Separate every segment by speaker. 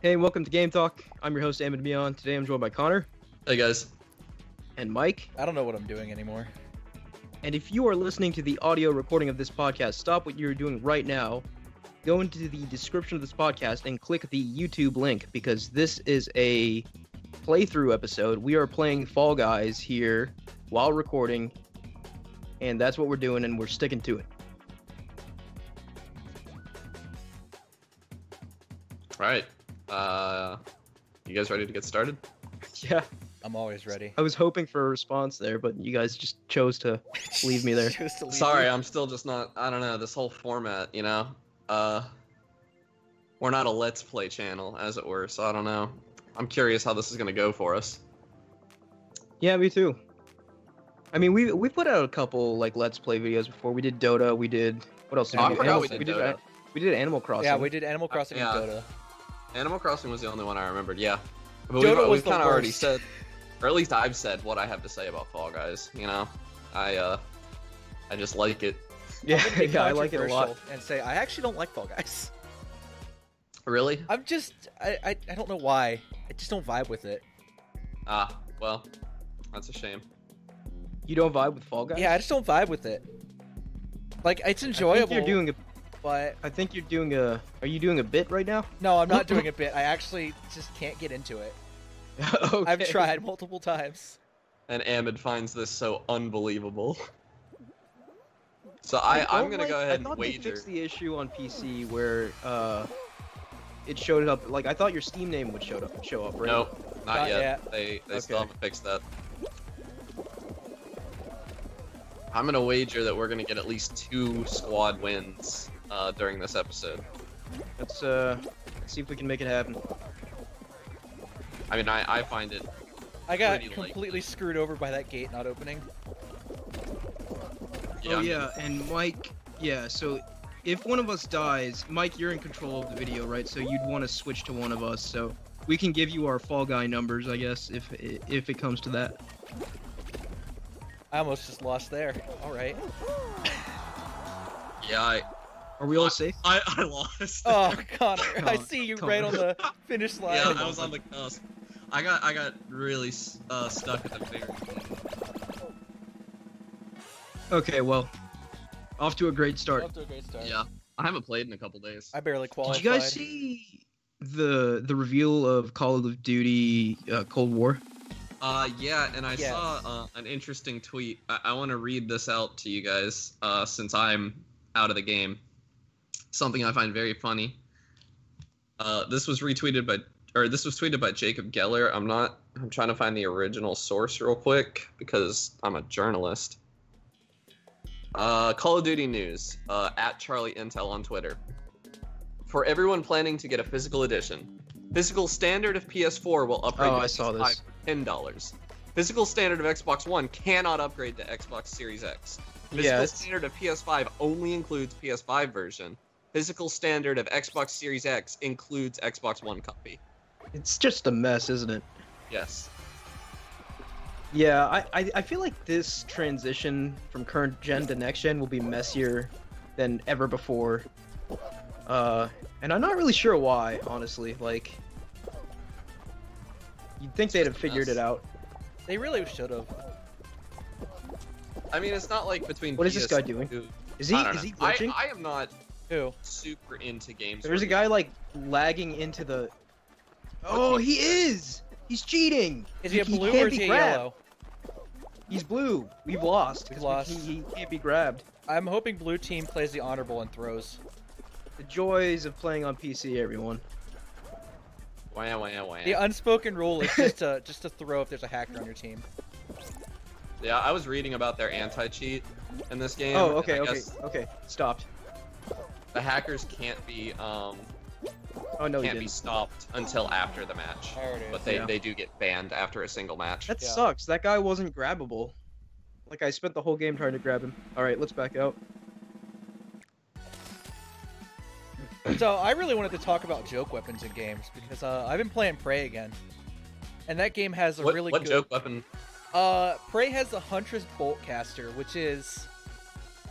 Speaker 1: Hey, and welcome to Game Talk. I'm your host, Amid Meon. Today I'm joined by Connor
Speaker 2: Hey guys.
Speaker 1: and Mike.
Speaker 3: I don't know what I'm doing anymore.
Speaker 1: And if you are listening to the audio recording of this podcast, stop what you're doing right now. Go into the description of this podcast and click the YouTube link because this is a playthrough episode. We are playing Fall Guys here while recording, and that's what we're doing, and we're sticking to it.
Speaker 2: All right. Uh, you guys ready to get started?
Speaker 1: Yeah,
Speaker 3: I'm always ready.
Speaker 1: I was hoping for a response there, but you guys just chose to. Leave me there.
Speaker 3: Just to leave
Speaker 2: Sorry,
Speaker 3: me.
Speaker 2: I'm still just not. I don't know this whole format. You know, uh, we're not a let's play channel, as it were. So I don't know. I'm curious how this is gonna go for us.
Speaker 1: Yeah, me too. I mean, we we put out a couple like Let's Play videos before. We did Dota. We did what else? Did
Speaker 3: Oh, I
Speaker 1: we, do?
Speaker 3: forgot
Speaker 1: Animal-
Speaker 3: we
Speaker 2: did
Speaker 1: a-
Speaker 2: Dota.
Speaker 1: we did Animal Crossing.
Speaker 3: Yeah, we did Animal Crossing
Speaker 2: Uh, yeah.
Speaker 3: and Dota.
Speaker 2: Animal Crossing was the only one I remembered. Yeah, but
Speaker 3: Dota
Speaker 2: we've,
Speaker 3: was
Speaker 2: we've
Speaker 3: the
Speaker 2: kind of already
Speaker 3: worst.
Speaker 2: said, or at least I've said what I have to say about Fall Guys. You know, I uh, I just like it.
Speaker 1: Yeah,
Speaker 3: I'm gonna be
Speaker 1: yeah, I like it a lot.
Speaker 3: controversial And say I actually don't like Fall Guys.
Speaker 2: Really?
Speaker 3: I'm just I, I I don't know why. I just don't vibe with it.
Speaker 2: Ah, well, that's a shame.
Speaker 1: You don't vibe with Fall Guys?
Speaker 3: Yeah, I just don't vibe with it. Like it's
Speaker 1: I
Speaker 3: enjoyable,
Speaker 1: think you're doing a.
Speaker 3: but
Speaker 1: I think you're doing a. Are you doing a bit right now?
Speaker 3: no, I'm not doing a bit. I actually just can't get into it.
Speaker 1: okay.
Speaker 3: I've tried multiple times.
Speaker 2: and Amid finds this so unbelievable. So I, I
Speaker 1: don't
Speaker 2: am gonna
Speaker 1: like-
Speaker 2: go ahead
Speaker 1: I
Speaker 2: and
Speaker 1: thought they
Speaker 2: wager.
Speaker 1: fixed the issue on PC where uh, it showed up. Like I thought your Steam name would show up. Show up, right?
Speaker 2: Nope, not,
Speaker 3: Not
Speaker 2: yet.
Speaker 3: yet.
Speaker 2: They they still
Speaker 1: Okay.
Speaker 2: haven't fixed that. I'm gonna wager that we're gonna get at least two squad wins uh, during this episode.
Speaker 1: Let's uh, see if we can make it happen.
Speaker 2: I mean, I, I find it.
Speaker 3: I got
Speaker 2: Pretty likely.
Speaker 3: completely screwed over by that gate not opening.
Speaker 2: Yeah,
Speaker 4: oh
Speaker 2: I mean,
Speaker 4: yeah, and Mike, yeah. So if one of us dies, Mike, you're in control of the video, right? So you'd want to switch to one of us. So we can give you our fall guy numbers, I guess, if if it comes to that.
Speaker 3: I almost just lost there. All right.
Speaker 2: yeah, I,
Speaker 4: Are we all safe?
Speaker 2: I, I lost.
Speaker 3: Oh, Connor, I
Speaker 4: Connor,
Speaker 3: see you
Speaker 4: Connor.
Speaker 3: right on the finish line.
Speaker 2: yeah, I was on the. Uh, I got I got really uh, stuck at the very.
Speaker 4: Okay, well, off to a great start.
Speaker 3: Off to a great start.
Speaker 2: Yeah, I haven't played in a couple days.
Speaker 3: I barely
Speaker 4: Did
Speaker 3: qualified.
Speaker 4: you guys see the the reveal of Call of Duty uh, Cold War?
Speaker 2: Uh, yeah, and I
Speaker 3: Yes.
Speaker 2: saw uh, an interesting tweet. I, I want to read this out to you guys uh, since I'm out of the game. Something I find very funny. Uh, this was retweeted by, or this was tweeted by Jacob Geller. I'm not. I'm trying to find the original source real quick because I'm a journalist. Uh, Call of Duty news uh, at Charlie Intel on Twitter. For everyone planning to get a physical edition, physical standard of PS4 will upgrade.
Speaker 4: Oh,
Speaker 2: to
Speaker 4: I saw
Speaker 2: PS5
Speaker 4: this.
Speaker 2: ten dollars. Physical standard of Xbox One cannot upgrade to Xbox Series X. Physical
Speaker 1: Yes.
Speaker 2: standard of PS5 only includes PS5 version. Physical standard of Xbox Series X includes Xbox One copy.
Speaker 1: It's just a mess, isn't it?
Speaker 2: Yes.
Speaker 1: Yeah, I, I, I feel like this transition from current gen to next gen will be messier than ever before. Uh, and I'm not really sure why, honestly. Like, you'd think they'd have figured it out.
Speaker 3: They really should have.
Speaker 2: I mean, it's not like between.
Speaker 1: What is this guy doing?
Speaker 2: PS2
Speaker 1: Is he
Speaker 2: I
Speaker 1: is
Speaker 2: don't know.
Speaker 1: he glitching?
Speaker 2: I, I am not
Speaker 3: Who?
Speaker 2: super into games.
Speaker 1: There's a
Speaker 2: where
Speaker 1: guy like lagging into the. Oh, he is. He's cheating.
Speaker 3: Is he a blue
Speaker 1: can't
Speaker 3: or is
Speaker 1: be
Speaker 3: he a
Speaker 1: grabbed.
Speaker 3: yellow?
Speaker 1: He's blue. We've lost. 'cause
Speaker 3: We've lost.
Speaker 1: We, he, he can't be grabbed.
Speaker 3: I'm hoping blue team plays the honorable and throws.
Speaker 1: The joys of playing on PC, everyone.
Speaker 2: you- Wah, wah, wah.
Speaker 3: The unspoken rule is just to just to throw if there's a hacker on your team.
Speaker 2: Yeah, I was reading about their anti-cheat in this game.
Speaker 1: oh,
Speaker 2: and
Speaker 1: okay,
Speaker 2: I
Speaker 1: okay,
Speaker 2: guess
Speaker 1: okay. Stopped.
Speaker 2: The hackers can't be um
Speaker 1: Oh no, he
Speaker 2: can't
Speaker 1: didn't.
Speaker 2: be stopped until after the match.
Speaker 3: There it is.
Speaker 2: But they,
Speaker 1: Yeah.
Speaker 2: they do get banned after a single match.
Speaker 1: That
Speaker 3: Yeah.
Speaker 1: sucks. That guy wasn't grabbable. Like I spent the whole game trying to grab him. All right, let's back out.
Speaker 3: So I really wanted to talk about joke weapons in games because uh, I've been playing Prey again, and that game has a
Speaker 2: what
Speaker 3: really
Speaker 2: what
Speaker 3: good.
Speaker 2: joke weapon?
Speaker 3: Uh, Prey has the Huntress Boltcaster, which is,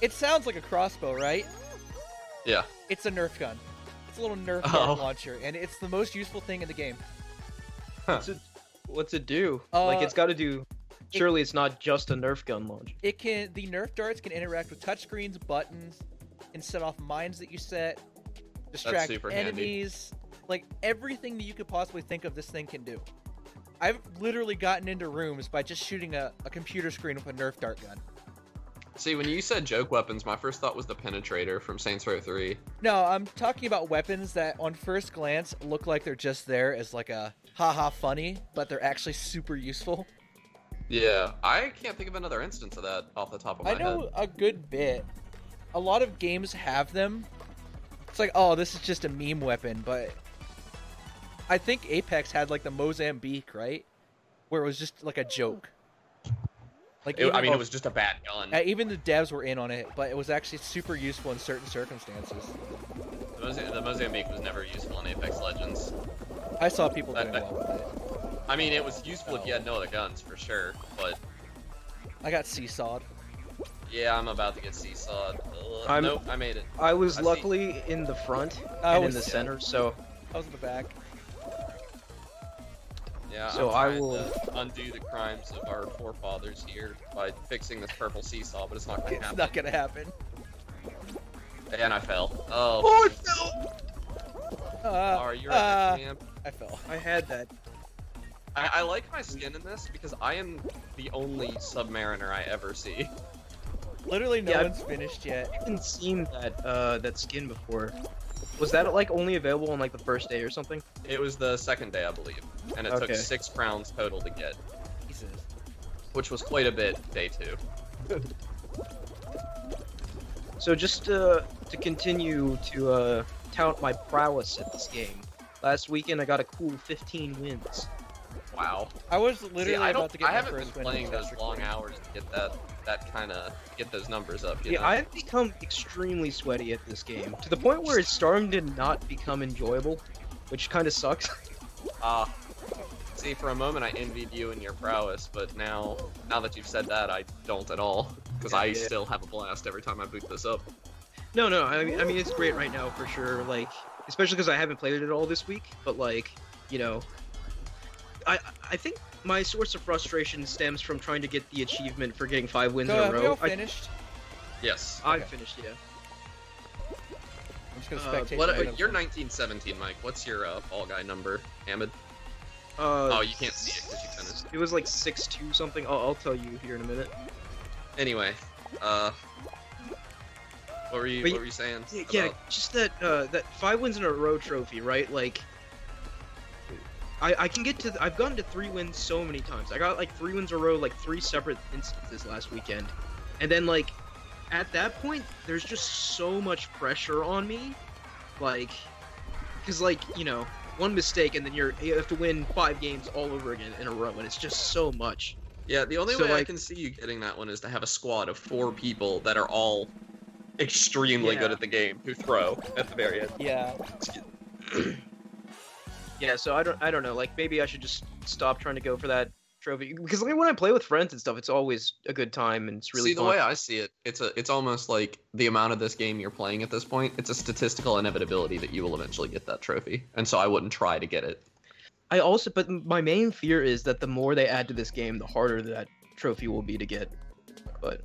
Speaker 3: it sounds like a crossbow, right?
Speaker 2: Yeah.
Speaker 3: It's a Nerf gun. It's a little Nerf dart
Speaker 2: Oh.
Speaker 3: launcher, and it's the most useful thing in the game.
Speaker 1: What's it, what's it do?
Speaker 3: Uh,
Speaker 1: like it's got to do. Surely it's not just a Nerf gun launch.
Speaker 3: It can the Nerf darts can interact with touchscreens, buttons, and set off mines that you set, distract
Speaker 2: super handy.
Speaker 3: enemies, like everything that you could possibly think of. This thing can do. I've literally gotten into rooms by just shooting a, a computer screen with a Nerf dart gun.
Speaker 2: See, when you said joke weapons, my first thought was the penetrator from Saints Row 3.
Speaker 3: No, I'm talking about weapons that on first glance look like they're just there as like a haha funny, but they're actually super useful.
Speaker 2: Yeah, I can't think of another instance of that off the top of my
Speaker 3: I know a good bit. A lot of games have them. It's like, oh, this is just a meme weapon, but I think Apex had like the Mozambique, right? Where it was just like a joke. Like
Speaker 2: head. It- I mean,
Speaker 3: the,
Speaker 2: it was just a bad gun.
Speaker 3: uh, even the devs were in on it, but it was actually super useful in certain circumstances.
Speaker 2: The, Moza- the Mozambique was never useful in Apex Legends.
Speaker 3: I saw people doing
Speaker 2: I- I-
Speaker 3: well with it.
Speaker 2: I mean, it was useful if you had no other guns for sure, but
Speaker 3: I got seesawed.
Speaker 2: yeah, I'm about to get seesawed. Ugh,
Speaker 1: I'm-
Speaker 2: Nope, I made it.
Speaker 1: I was
Speaker 2: I see.
Speaker 1: luckily in the front
Speaker 3: I
Speaker 1: and in
Speaker 3: was
Speaker 1: the center, so
Speaker 3: I was in the back.
Speaker 2: Yeah,
Speaker 1: So
Speaker 2: I'm
Speaker 1: I
Speaker 2: trying
Speaker 1: will-
Speaker 2: to undo the crimes of our forefathers here by fixing this purple seesaw, but it's not gonna
Speaker 3: It's
Speaker 2: happen.
Speaker 3: not gonna happen.
Speaker 2: And I fell. Oh,
Speaker 1: Oh, I fell!
Speaker 3: Uh,
Speaker 2: sorry, you're
Speaker 3: uh,
Speaker 2: a champ.
Speaker 3: I fell.
Speaker 4: I had that.
Speaker 2: I, I like my skin in this because I am the only Submariner I ever see.
Speaker 3: Literally, no
Speaker 1: Yeah, I-
Speaker 3: one's finished yet.
Speaker 1: I haven't seen that uh, that skin before. Was that like only available on like the first day or something?
Speaker 2: It was the second day, I believe, and it
Speaker 1: Okay.
Speaker 2: took six crowns total to get,
Speaker 3: Jesus.
Speaker 2: which was quite a bit day two.
Speaker 1: So just uh, to continue to uh, tout my prowess at this game, last weekend I got a cool 15 wins.
Speaker 2: Wow.
Speaker 3: I was literally
Speaker 2: See, I don't.
Speaker 3: about to get
Speaker 2: I
Speaker 3: my
Speaker 2: haven't
Speaker 3: first
Speaker 2: been
Speaker 3: win. in
Speaker 2: playing those
Speaker 3: Assassin's
Speaker 2: long
Speaker 3: Creed.
Speaker 2: hours to get that that kind of get those numbers up. You
Speaker 1: Yeah,
Speaker 2: know?
Speaker 1: I've become extremely sweaty at this game to the point where it's starting to not become enjoyable, which kind of sucks.
Speaker 2: Ah. see, for a moment I envied you and your prowess, but now, now that you've said that, I don't at all. Because I
Speaker 1: Yeah.
Speaker 2: still have a blast every time I boot this up.
Speaker 1: No, no. I mean, I mean, it's great right now for sure. Like, especially because I haven't played it at all this week. But like, you know, I I think my source of frustration stems from trying to get the achievement for getting five wins
Speaker 3: Go,
Speaker 1: in a
Speaker 3: have we all
Speaker 1: row. I,
Speaker 3: finished?
Speaker 2: Yes.
Speaker 1: I
Speaker 3: Okay.
Speaker 1: finished, yeah.
Speaker 3: I'm just gonna
Speaker 1: uh,
Speaker 3: spectate.
Speaker 2: What,
Speaker 3: the
Speaker 2: uh,
Speaker 3: random
Speaker 2: you're
Speaker 3: one.
Speaker 2: 1917, Mike. What's your uh, fall guy number, Hamid?
Speaker 1: Uh,
Speaker 2: Oh, you can't see it 'cause you finished.
Speaker 1: It was like six two something. I'll, I'll tell you here in a minute.
Speaker 2: Anyway, uh, what were you?
Speaker 1: But
Speaker 2: what
Speaker 1: y-
Speaker 2: were you saying?
Speaker 1: Yeah, yeah,
Speaker 2: about-
Speaker 1: just that uh, that five wins in a row trophy, right? Like, I I can get to. I've gotten to three wins so many times. I got like three wins in a row, like three separate instances last weekend, and then like at that point, there's just so much pressure on me, like, because like you know one mistake and then you're you have to win five games all over again in a row, and it's just so much.
Speaker 2: Yeah, The only
Speaker 1: So,
Speaker 2: way I
Speaker 1: like-
Speaker 2: can see you getting that one is to have a squad of four people that are all extremely
Speaker 1: Yeah.
Speaker 2: good at the game who throw at the very end.
Speaker 3: Yeah.
Speaker 1: Yeah, so I don't I don't know. Like maybe I should just stop trying to go for that trophy because like when I play with friends and stuff, it's always a good time and it's really
Speaker 2: see
Speaker 1: fun.
Speaker 2: the way I see it, it's a it's almost like the amount of this game you're playing at this point. It's a statistical inevitability that you will eventually get that trophy, and so I wouldn't try to get it.
Speaker 1: I also, but my main fear is that the more they add to this game, the harder that trophy will be to get. But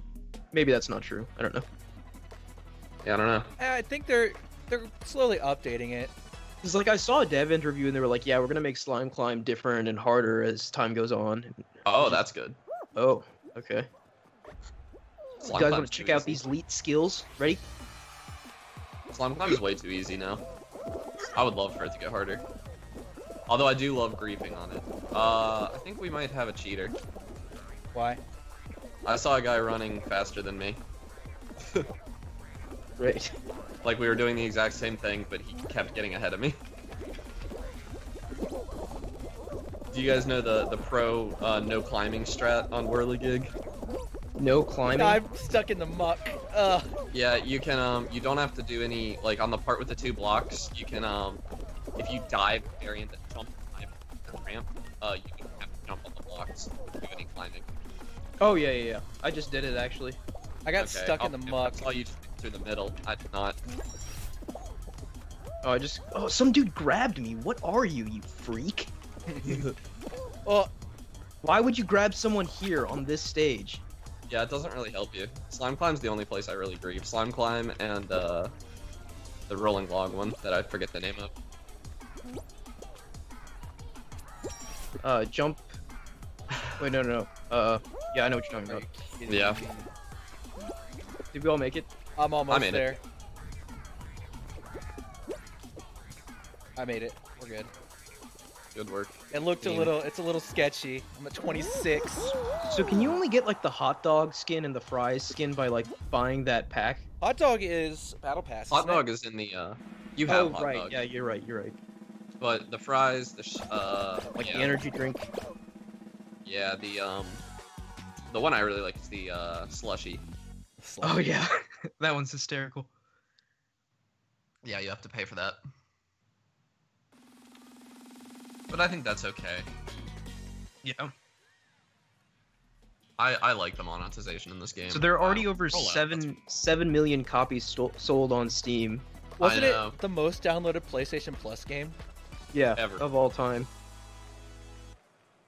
Speaker 1: maybe that's not true. I don't know.
Speaker 2: Yeah, I don't know.
Speaker 3: Uh, I think they're they're slowly updating it.
Speaker 1: Because like I saw a dev interview and they were like, "Yeah, we're gonna make slime climb different and harder as time goes on."
Speaker 2: Oh, that's good.
Speaker 1: Oh, okay. You
Speaker 2: Slime
Speaker 1: guys want
Speaker 2: climb's
Speaker 1: to check
Speaker 2: too
Speaker 1: out
Speaker 2: easy.
Speaker 1: these elite skills? Ready?
Speaker 2: Slime climb is way too easy now. I would love for it to get harder. Although I do love griefing on it. Uh, I think we might have a cheater.
Speaker 3: Why?
Speaker 2: I saw a guy running faster than me.
Speaker 1: Great.
Speaker 2: Like we were doing the exact same thing, but he kept getting ahead of me. Do you guys know the the pro uh, no climbing strat on Whirligig?
Speaker 1: No climbing.
Speaker 3: No, I'm stuck in the muck. Uh,
Speaker 2: Yeah, you can um you don't have to do any like on the part with the two blocks, you can um if you dive very into jump dive the ramp, uh you don't have to jump on the blocks to do any climbing.
Speaker 1: Oh yeah, yeah, yeah. I just did it actually.
Speaker 3: I got
Speaker 2: Okay,
Speaker 3: stuck
Speaker 2: I'll-
Speaker 3: in the
Speaker 2: if
Speaker 3: muck.
Speaker 2: That's all you do through the middle. I did not.
Speaker 1: Oh, I just oh, some dude grabbed me. What are you, you freak? Oh,
Speaker 3: Well,
Speaker 1: Why would you grab someone here on this stage?
Speaker 2: Yeah, it doesn't really help you. Slime climb's the only place I really grieve. Slime climb and uh, the rolling log one that I forget the name of.
Speaker 1: Uh, jump. Wait, no, no, no. Uh, yeah, I know what you're talking
Speaker 3: are
Speaker 1: about.
Speaker 3: you kidding
Speaker 2: Yeah.
Speaker 3: me?
Speaker 1: Did we all make it?
Speaker 3: I'm almost
Speaker 2: I'm in it.
Speaker 3: there. I made it. We're good.
Speaker 2: Good work.
Speaker 3: It looked a
Speaker 2: Damn.
Speaker 3: little. It's a little sketchy. I'm at 26.
Speaker 1: So can you only get like the hot dog skin and the fries skin by like buying that pack?
Speaker 3: Hot dog is battle pass.
Speaker 2: Hot
Speaker 3: isn't it?
Speaker 2: dog is in the. Uh, you have
Speaker 1: oh
Speaker 2: hot
Speaker 1: right,
Speaker 2: dog,
Speaker 1: yeah, you're right, you're right.
Speaker 2: but the fries, the sh- uh,
Speaker 1: Like
Speaker 2: yeah,
Speaker 1: the energy drink.
Speaker 2: yeah, the um, the one I really like is the uh, slushy.
Speaker 1: Oh yeah.
Speaker 4: That one's hysterical.
Speaker 2: Yeah, you have to pay for that. But I think that's okay.
Speaker 4: Yeah.
Speaker 2: I, I like the monetization in this game.
Speaker 4: So there are already
Speaker 2: Wow.
Speaker 4: over
Speaker 2: Oh, wow,
Speaker 4: seven.
Speaker 1: Seven million copies sto- sold on Steam.
Speaker 3: Wasn't
Speaker 2: know.
Speaker 3: it the most downloaded PlayStation Plus game?
Speaker 1: Yeah,
Speaker 2: Ever.
Speaker 1: of all time.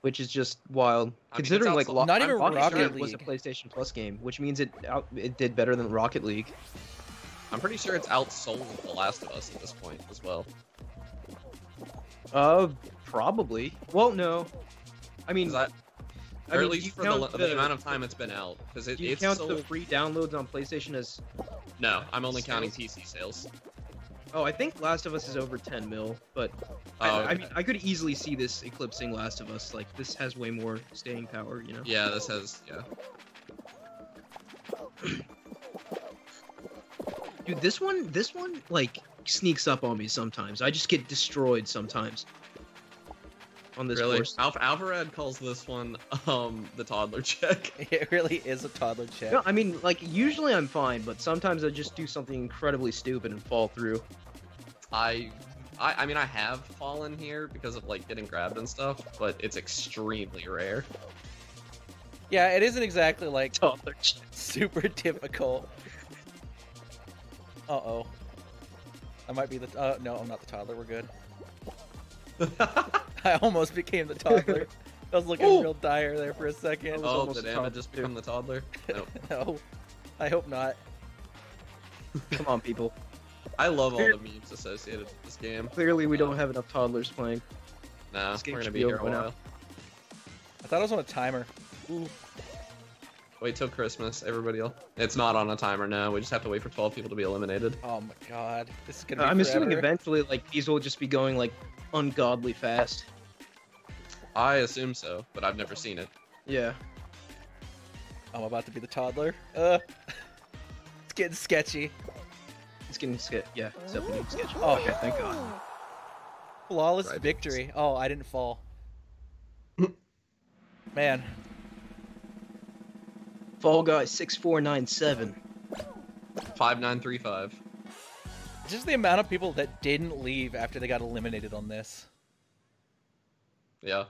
Speaker 1: Which is just wild.
Speaker 2: it's
Speaker 1: Considering like
Speaker 2: outsol-
Speaker 1: Lo-
Speaker 3: Not
Speaker 1: I'm
Speaker 3: even
Speaker 1: pretty
Speaker 3: Rocket
Speaker 1: sure it was a
Speaker 3: League.
Speaker 1: PlayStation Plus game, which means it out- it did better than Rocket League.
Speaker 2: I'm pretty sure it's outsold The Last of Us at this point as well.
Speaker 1: Uh, probably. Well, no. I mean,
Speaker 2: Is that-
Speaker 1: I mean,
Speaker 2: or at
Speaker 1: you
Speaker 2: least for the,
Speaker 1: count
Speaker 2: the,
Speaker 1: the-
Speaker 2: amount of time it's been out, because it,
Speaker 1: do you
Speaker 2: it's
Speaker 1: count
Speaker 2: sold-
Speaker 1: the free downloads on PlayStation as?
Speaker 2: no, I'm only counting
Speaker 1: sales?
Speaker 2: PC sales.
Speaker 1: Oh, I think Last of Us is over 10 mil, but I,
Speaker 2: Oh,
Speaker 1: I
Speaker 2: okay.
Speaker 1: mean, I could easily see this eclipsing Last of Us. Like, this has way more staying power, you know?
Speaker 2: yeah, this has yeah.
Speaker 1: Dude, this one, this one, like, sneaks up on me sometimes. I just get destroyed sometimes. On this
Speaker 2: really,
Speaker 1: course.
Speaker 2: Alf- Alvarad calls this one um the toddler check.
Speaker 3: It really is a toddler check.
Speaker 1: No, I mean, like, usually I'm fine, but sometimes I just do something incredibly stupid and fall through.
Speaker 2: I, I I mean I have fallen here because of like getting grabbed and stuff, but it's extremely rare.
Speaker 3: Yeah, it isn't exactly like
Speaker 1: Toddler check.
Speaker 3: super difficult. Uh oh. I might be the. Uh, no, I'm not the toddler. We're good. I almost became the toddler. I was looking
Speaker 1: Ooh.
Speaker 3: real dire there for a second.
Speaker 1: Oh.
Speaker 2: oh,
Speaker 1: almost
Speaker 2: did
Speaker 1: a
Speaker 2: Anna
Speaker 1: toddler,
Speaker 2: just
Speaker 1: too.
Speaker 2: become the toddler? Nope.
Speaker 3: No, I hope not.
Speaker 1: Come on, people.
Speaker 2: I love all the memes associated with this game.
Speaker 1: Clearly, we don't have enough toddlers playing.
Speaker 2: Nah,
Speaker 1: This game
Speaker 2: we're
Speaker 1: should
Speaker 2: gonna
Speaker 1: be
Speaker 2: be here a
Speaker 1: over now.
Speaker 2: while.
Speaker 3: I thought I was on a timer.
Speaker 2: Wait till Christmas, everybody. Will... It's not on a timer now. We just have to wait for 12 people to be eliminated.
Speaker 3: Oh my god, this is gonna.
Speaker 1: Uh,
Speaker 3: Be
Speaker 1: I'm assuming
Speaker 3: forever.
Speaker 1: eventually, like, these will just be going, like, ungodly fast.
Speaker 2: I assume so, but I've never seen it.
Speaker 1: Yeah.
Speaker 3: I'm about to be the toddler. Uh, it's getting sketchy.
Speaker 1: It's getting sketch. Yeah, it's definitely getting sketchy.
Speaker 3: Oh.
Speaker 1: okay, thank God.
Speaker 3: Flawless
Speaker 2: Right.
Speaker 3: victory. Oh, I didn't fall. Man,
Speaker 1: Fall Guy six four nine seven.
Speaker 2: 5935.
Speaker 3: just the amount of people that didn't leave after they got eliminated on this.
Speaker 2: Yeah.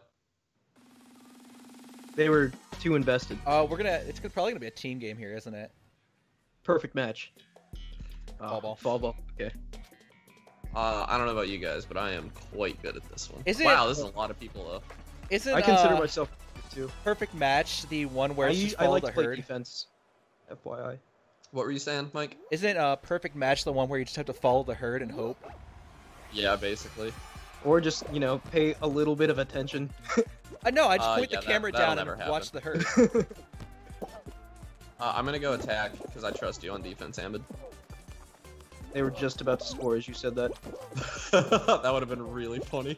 Speaker 1: They were too invested.
Speaker 3: Uh, we're gonna. It's gonna- probably gonna be a team game here, isn't it?
Speaker 1: Perfect match. Ah,
Speaker 3: Fall ball.
Speaker 1: Fall ball. Okay.
Speaker 2: Uh, I don't know about you guys, but I am quite good at this one.
Speaker 3: Is it-
Speaker 2: wow, this is a lot of people, though.
Speaker 3: Isn't
Speaker 1: I consider
Speaker 3: uh,
Speaker 1: myself too.
Speaker 3: perfect match the one where
Speaker 1: I,
Speaker 3: it's
Speaker 1: u-
Speaker 3: just
Speaker 1: I
Speaker 3: follow
Speaker 1: like
Speaker 3: the
Speaker 1: to play
Speaker 3: herd?
Speaker 1: defense. FYI.
Speaker 2: What were you saying, Mike?
Speaker 3: Isn't uh, perfect match the one where you just have to follow the herd and hope?
Speaker 2: Yeah, basically.
Speaker 1: Or just you know pay a little bit of attention.
Speaker 3: I know. I just
Speaker 2: Uh,
Speaker 3: point
Speaker 2: yeah,
Speaker 3: the
Speaker 2: that-
Speaker 3: camera
Speaker 2: that'll
Speaker 3: down and
Speaker 2: never
Speaker 3: watch the herd.
Speaker 2: Uh, I'm gonna go attack because I trust you on defense, Ambid.
Speaker 1: They were just about to score as you said that.
Speaker 2: that would have been really funny.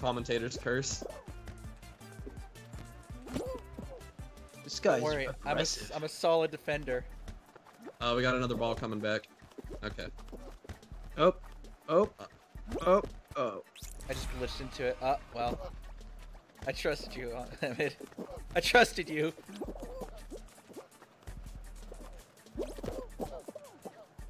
Speaker 2: Commentator's curse.
Speaker 1: This guy's
Speaker 3: Don't worry, I'm a,
Speaker 1: aggressive.
Speaker 3: I'm a solid defender.
Speaker 2: Uh, we got another ball coming back. Okay.
Speaker 1: Oh, oh, oh, oh.
Speaker 3: I just glitched into it. Uh, well, I trusted you, uh, Ahmed. I trusted you.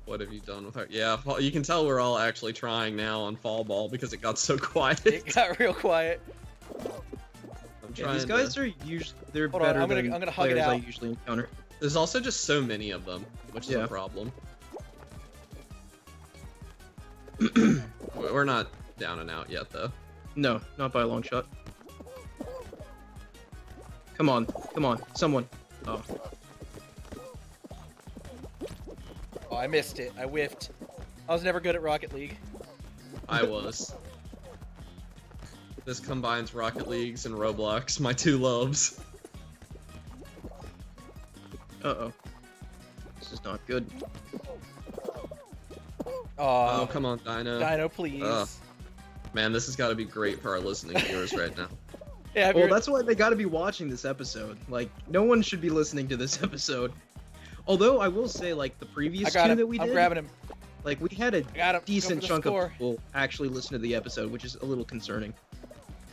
Speaker 2: What have you done with her? Yeah, fall- you can tell we're all actually trying now on fall ball because it got so quiet.
Speaker 3: It got real quiet.
Speaker 2: I'm
Speaker 1: Yeah, these
Speaker 2: trying
Speaker 1: guys
Speaker 2: to-
Speaker 1: are usually they're
Speaker 3: Hold on,
Speaker 1: better
Speaker 3: I'm gonna-
Speaker 1: than
Speaker 3: I'm gonna hug it
Speaker 1: players I
Speaker 3: out.
Speaker 1: usually encounter.
Speaker 2: There's also just so many of them, which is
Speaker 1: Yeah.
Speaker 2: a problem. We- We're not down and out yet, though.
Speaker 1: No, not by a long shot. Come on, come on, someone. Oh,
Speaker 3: Oh, I missed it. I whiffed. I was never good at Rocket League.
Speaker 2: I was. This combines Rocket Leagues and Roblox, my two loves.
Speaker 1: uh oh. This is not good.
Speaker 2: Oh,
Speaker 1: Um,
Speaker 3: Oh,
Speaker 2: come on, Dino.
Speaker 3: Dino, please.
Speaker 2: Ugh. Man, this has got to be great for our listening viewers right now.
Speaker 3: yeah, have
Speaker 1: Well,
Speaker 3: your-
Speaker 1: that's why they got to be watching this episode. Like, no one should be listening to this episode. Although I will say, like the
Speaker 3: I
Speaker 1: previous
Speaker 3: got
Speaker 1: two
Speaker 3: him.
Speaker 1: that we
Speaker 3: I'm
Speaker 1: did,
Speaker 3: grabbing him.
Speaker 1: like we had a
Speaker 3: I got him. Go
Speaker 1: decent
Speaker 3: for the
Speaker 1: chunk
Speaker 3: score.
Speaker 1: of people actually listen to the episode, which is a little concerning.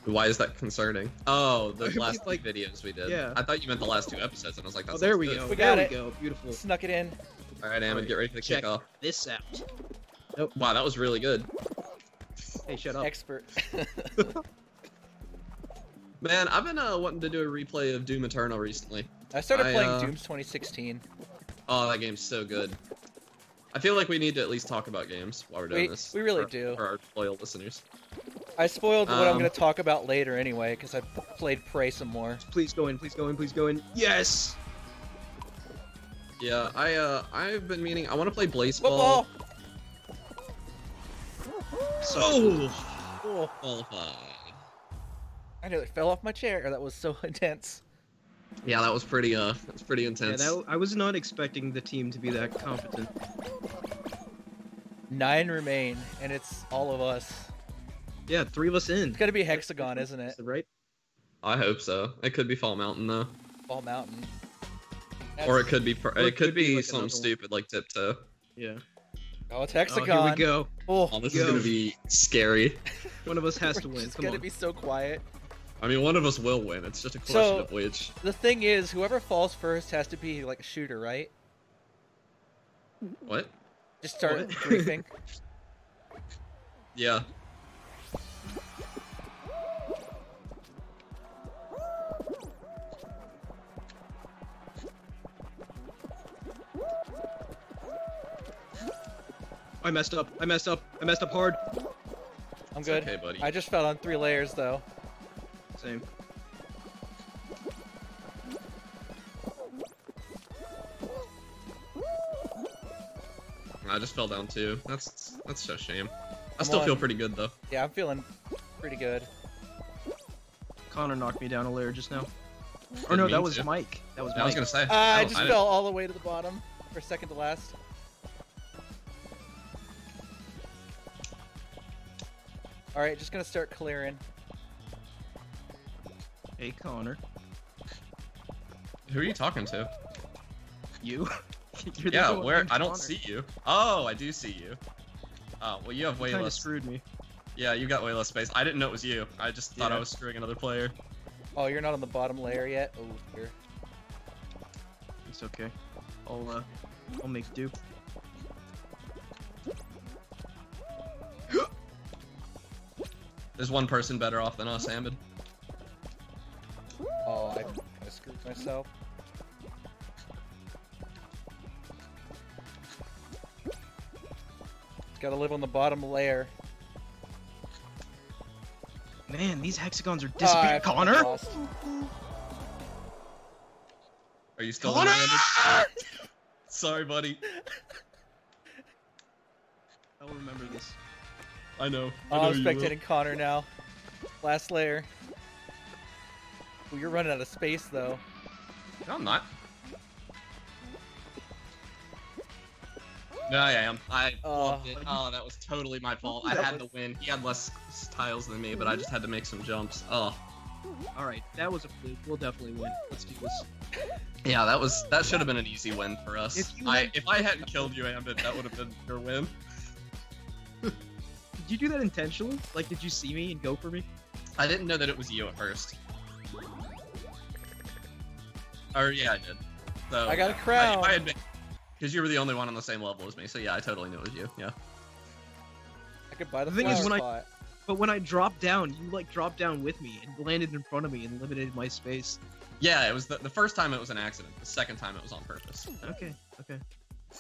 Speaker 1: Oh,
Speaker 2: Why is that concerning? Oh, the
Speaker 1: We,
Speaker 2: last
Speaker 1: like-
Speaker 2: like, videos we did.
Speaker 1: Yeah.
Speaker 2: I thought you meant the last two episodes, and I was like, that
Speaker 1: oh, there
Speaker 2: sounds
Speaker 1: we
Speaker 2: good.
Speaker 1: go.
Speaker 3: We got
Speaker 1: there
Speaker 3: it.
Speaker 1: we go. Beautiful.
Speaker 3: Snuck it in.
Speaker 2: All right, Ammon, get ready for the
Speaker 1: Check.
Speaker 2: kickoff.
Speaker 1: This out.
Speaker 2: Wow, that was really good.
Speaker 1: Hey, shut up.
Speaker 3: Expert.
Speaker 2: Man, I've been uh, wanting to do a replay of Doom Eternal recently.
Speaker 3: I started
Speaker 2: I,
Speaker 3: playing
Speaker 2: uh,
Speaker 3: Dooms 2016.
Speaker 2: Oh, that game's so good. I feel like we need to at least talk about games while we're doing
Speaker 3: We-
Speaker 2: this.
Speaker 3: we really
Speaker 2: for-
Speaker 3: do.
Speaker 2: For our loyal listeners.
Speaker 3: I spoiled what I'm
Speaker 2: um,
Speaker 3: going to talk about later anyway, because I played Prey some more.
Speaker 1: Please go in. Please go in. Please go in. Yes.
Speaker 2: Yeah, I uh, I've been meaning I want to play Blazeball.
Speaker 3: Football!
Speaker 2: Oh,
Speaker 3: Cool.
Speaker 2: qualified.
Speaker 3: I nearly fell off my chair. That was so intense.
Speaker 2: Yeah, that was pretty uh, that was pretty
Speaker 1: Yeah,
Speaker 2: intense.
Speaker 1: that, I was not expecting the team to be that competent.
Speaker 3: Nine remain, and it's all of us.
Speaker 1: Yeah, three of us in.
Speaker 3: It's going to be Hexagon, isn't it?
Speaker 1: Right?
Speaker 2: I hope so. It could be Fall Mountain though,
Speaker 3: Ball Mountain.
Speaker 2: or
Speaker 3: That's-
Speaker 2: it could be pr-
Speaker 1: or
Speaker 2: it could be,
Speaker 1: like,
Speaker 2: something
Speaker 1: another one.
Speaker 2: stupid like Tiptoe.
Speaker 1: Yeah.
Speaker 3: Oh, it's
Speaker 1: Oh,
Speaker 3: Hexagon.
Speaker 1: here we go.
Speaker 2: Oh,
Speaker 3: Oh,
Speaker 2: this
Speaker 1: Yo.
Speaker 2: is gonna be scary.
Speaker 1: One of us has to
Speaker 3: we're
Speaker 1: win.
Speaker 3: just
Speaker 1: Come
Speaker 3: gonna
Speaker 1: on.
Speaker 3: be so quiet.
Speaker 2: I mean, one of us will win. It's just a question
Speaker 3: So-
Speaker 2: of which.
Speaker 3: The thing is, whoever falls first has to be like a shooter, right?
Speaker 2: What?
Speaker 3: Just start
Speaker 1: What?
Speaker 3: briefing.
Speaker 2: Yeah.
Speaker 1: I messed up. I messed up. I messed up hard.
Speaker 3: I'm
Speaker 2: It's
Speaker 3: good.
Speaker 2: Okay, buddy.
Speaker 3: I just fell on three layers though.
Speaker 1: Same.
Speaker 2: I just fell down too. That's that's so shame. I
Speaker 3: Come
Speaker 2: still feel
Speaker 3: on.
Speaker 2: pretty good though.
Speaker 3: Yeah, I'm feeling pretty good.
Speaker 1: Connor knocked me down a layer just now. Or
Speaker 2: Didn't
Speaker 1: no, that
Speaker 2: mean
Speaker 1: was
Speaker 2: to.
Speaker 1: Mike. That was
Speaker 2: I
Speaker 1: Mike.
Speaker 2: was gonna say.
Speaker 3: Uh, I
Speaker 2: don't-
Speaker 3: just
Speaker 2: didn't-
Speaker 3: fell all the way to the bottom for second to last. All right, just gonna start clearing.
Speaker 1: Hey, Connor.
Speaker 2: Who are you talking to?
Speaker 1: You. You're the
Speaker 2: yeah,
Speaker 1: one
Speaker 2: where?
Speaker 1: named
Speaker 2: I don't
Speaker 1: Connor.
Speaker 2: see you. Oh, I do see you. Oh, well, you have way
Speaker 1: You kinda
Speaker 2: less.
Speaker 1: screwed me.
Speaker 2: Yeah, you got way less space. I didn't know it was you. I just thought I
Speaker 1: Yeah.
Speaker 2: was screwing another player.
Speaker 3: Oh, you're not on the bottom layer yet. Oh, dear.
Speaker 1: It's okay. I'll uh, I'll make do.
Speaker 2: There's one person better off than us, Amid.
Speaker 3: Oh, I, I screwed myself. Gotta live on the bottom layer.
Speaker 1: Man, these hexagons are
Speaker 3: Ah, I
Speaker 1: disappearing. Connor.
Speaker 3: lost.
Speaker 2: Are you still
Speaker 1: Connor.
Speaker 2: there, Amid? Sorry, buddy.
Speaker 1: I'll remember this.
Speaker 2: I know. I
Speaker 3: Oh,
Speaker 2: know
Speaker 3: I'm
Speaker 2: you will.
Speaker 3: spectating Connor now. Last layer. Ooh, you're running out of space though.
Speaker 2: No, I'm not. No, I am. I
Speaker 3: Oh.
Speaker 2: loved it. Oh, that was totally my fault. I
Speaker 1: That
Speaker 2: had
Speaker 1: was-
Speaker 2: the win. He had less s- tiles than me, but I just had to make some jumps. Oh,
Speaker 1: All right, that was a fluke. We'll definitely win. Let's do this.
Speaker 2: yeah, that was that should have been an easy win for us.
Speaker 1: If you
Speaker 2: I
Speaker 1: had-
Speaker 2: if I hadn't killed you, Ambit, that would have been your win.
Speaker 1: Did you do that intentionally? Like, did you see me and go for me?
Speaker 2: I didn't know that it was you at first. Or yeah, I did. So
Speaker 3: I got a
Speaker 2: yeah,
Speaker 3: crown.
Speaker 2: I, I admit, because you were the only one on the same level as me. So yeah, I totally knew it was you. Yeah.
Speaker 3: I could buy the,
Speaker 1: The
Speaker 3: flower
Speaker 1: thing is, when I-
Speaker 3: pot.
Speaker 1: But when I dropped down, you like dropped down with me and landed in front of me and limited my space.
Speaker 2: Yeah, it was the, the first time it was an accident. The second time it was on purpose.
Speaker 1: Okay, okay.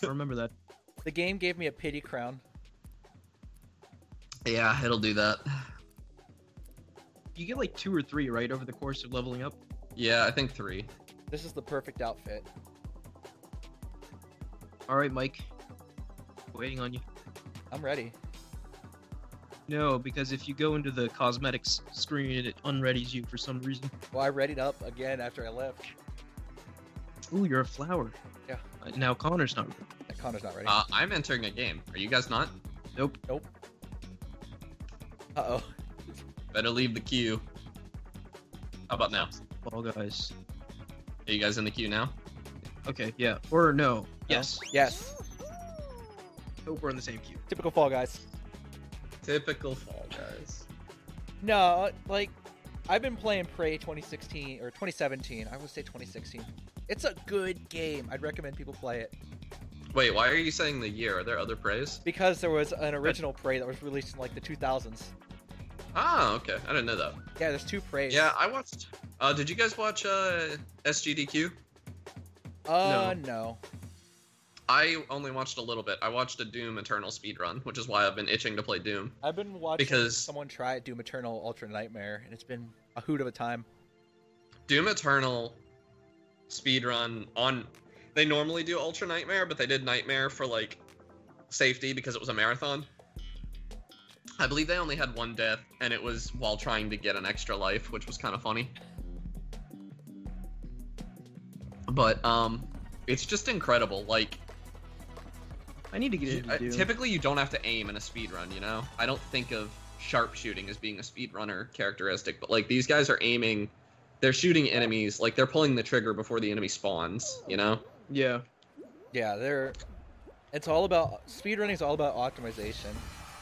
Speaker 1: I remember that.
Speaker 3: The game gave me a pity crown.
Speaker 2: Yeah, it'll do that.
Speaker 4: You get like two or three, right, over the course of leveling up.
Speaker 2: Yeah, I think three.
Speaker 3: This is the perfect outfit.
Speaker 4: All right, Mike. Waiting on you.
Speaker 3: I'm ready.
Speaker 4: No, because if you go into the cosmetics screen, it unreadies you for some reason.
Speaker 3: Well, I readied up again after I left.
Speaker 4: Ooh, you're a flower.
Speaker 3: Yeah.
Speaker 4: Uh, Now Connor's not.
Speaker 3: That Connor's not ready. Uh
Speaker 2: Uh, I'm entering a game. Are you guys not?
Speaker 3: oh.
Speaker 2: Better leave the queue. How about now?
Speaker 4: Fall guys.
Speaker 2: Are you guys in the queue now?
Speaker 4: Okay, yeah. Or no. Yes.
Speaker 3: Yes.
Speaker 4: Hope we're in the same queue.
Speaker 3: Typical Fall Guys.
Speaker 2: Typical Fall Guys.
Speaker 3: No, like I've been playing Prey 2016 or 2017. I would say 2016. It's a good game. I'd recommend people play it
Speaker 2: Wait, why are you saying the year? Are there other praise?
Speaker 3: because there was an original Prey that was released in like the 2000s.
Speaker 2: Ah, okay. I didn't know that.
Speaker 3: Yeah, there's two Preys.
Speaker 2: Yeah, I watched. Uh, did you guys watch uh, SGDQ?
Speaker 3: Uh, no.
Speaker 2: I only watched a little bit. I watched a Doom Eternal speedrun, which is why I've been itching to play Doom.
Speaker 3: I've been watching
Speaker 2: Because-
Speaker 3: someone try it, do Maternal Ultra Nightmare, and it's been a hoot of a time.
Speaker 2: Doom Eternal speedrun on. They normally do Ultra Nightmare, but they did Nightmare for like safety because it was a marathon. I believe they only had one death, and it was while trying to get an extra life, which was kind of funny. But um, it's just incredible. Like
Speaker 4: I need to get
Speaker 2: you-
Speaker 4: into
Speaker 2: uh,
Speaker 4: Doom.
Speaker 2: typically, you don't have to aim in a speed run. You know, I don't think of sharpshooting as being a speedrunner characteristic, but like these guys are aiming, they're shooting enemies, like they're pulling the trigger before the enemy spawns. You know,
Speaker 4: yeah.
Speaker 3: Yeah, they're. It's all about speedrunning. Is all about optimization.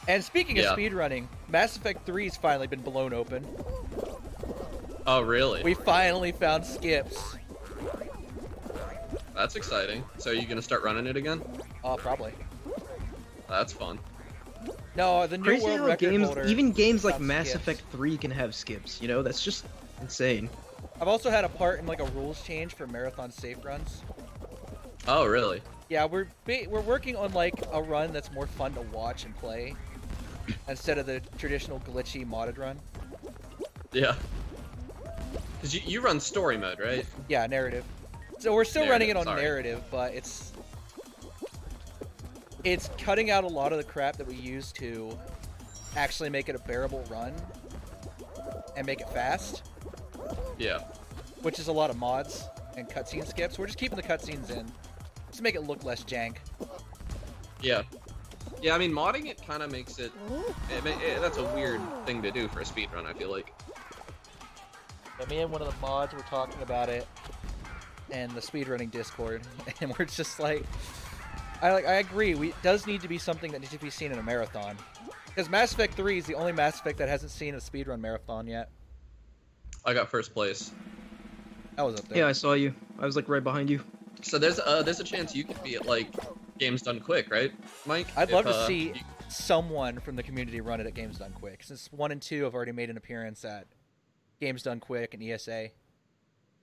Speaker 3: And speaking
Speaker 2: Yeah.
Speaker 3: of speedrunning, Mass Effect 3's finally been blown open.
Speaker 2: oh really?
Speaker 3: We finally found skips.
Speaker 2: That's exciting. So are you gonna start running it again?
Speaker 3: Oh, probably.
Speaker 2: That's fun.
Speaker 3: No, uh, the new
Speaker 4: Crazy
Speaker 3: world
Speaker 4: how
Speaker 3: record
Speaker 4: games,
Speaker 3: holder.
Speaker 4: even games like
Speaker 3: got
Speaker 4: Mass
Speaker 3: skips.
Speaker 4: Effect 3 can have skips. You know, that's just insane.
Speaker 3: I've also had a part in like a rules change for marathon safe runs.
Speaker 2: Oh really?
Speaker 3: Yeah, we're ba- we're working on like a run that's more fun to watch and play instead of the traditional glitchy modded run.
Speaker 2: Yeah. Cause you, you run story mode, right?
Speaker 3: Yeah, narrative. So we're still running it
Speaker 2: Narrative,
Speaker 3: on
Speaker 2: sorry.
Speaker 3: narrative, but it's it's cutting out a lot of the crap that we use to actually make it a bearable run and make it fast,
Speaker 2: Yeah.
Speaker 3: which is a lot of mods and cutscene skips. We're just keeping the cutscenes in just to make it look less jank.
Speaker 2: Yeah. Yeah, I mean, modding it kind of makes it, it, ma- it. That's a weird thing to do for a speedrun, I feel like.
Speaker 3: And me and one of the mods were talking about it in the speedrunning Discord, and we're just like, I like, I agree. We it does need to be something that needs to be seen in a marathon, because Mass Effect Three is the only Mass Effect that hasn't seen a speedrun marathon yet.
Speaker 2: I got first place.
Speaker 3: That was up there.
Speaker 4: Yeah, I saw you. I was like right behind you.
Speaker 2: So there's uh there's a chance you could be at like games done quick, right, Mike?
Speaker 3: I'd love to
Speaker 2: uh,
Speaker 3: see-
Speaker 2: you-
Speaker 3: Someone from the community run it at Games Done Quick, since one and two have already made an appearance at Games Done Quick and E ESA.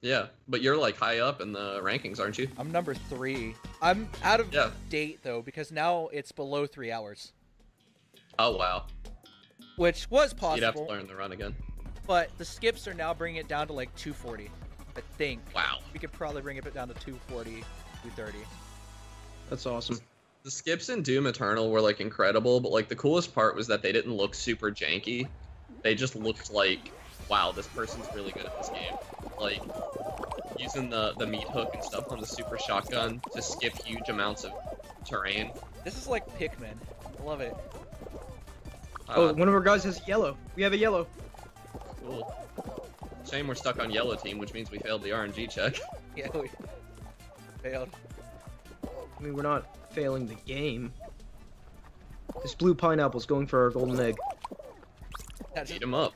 Speaker 2: yeah, but you're like high up in the rankings, aren't you?
Speaker 3: I'm number three. I'm out of
Speaker 2: Yeah.
Speaker 3: date though because now it's below three hours,
Speaker 2: Oh wow.
Speaker 3: which was
Speaker 2: You'd have to
Speaker 3: possible.
Speaker 2: learn the run again.
Speaker 3: but the skips are now bringing it down to like 240 i think
Speaker 2: Wow.
Speaker 3: we could probably bring it down to 240 230
Speaker 4: That's awesome.
Speaker 2: The skips in Doom Eternal were like incredible, but like the coolest part was that they didn't look super janky. They just looked like, wow, this person's really good at this game. Like using the the meat hook and stuff on the super shotgun to skip huge amounts of terrain.
Speaker 3: this is like pikmin i love it
Speaker 2: Uh,
Speaker 4: Oh, one of our guys has yellow. We have a yellow.
Speaker 2: cool. Shame we're stuck on yellow team, which means we failed the RNG check.
Speaker 3: yeah we failed
Speaker 4: I mean, we're not failing the game. This blue pineapple's going for our golden egg.
Speaker 3: Not
Speaker 2: Eat
Speaker 3: just,
Speaker 2: him up.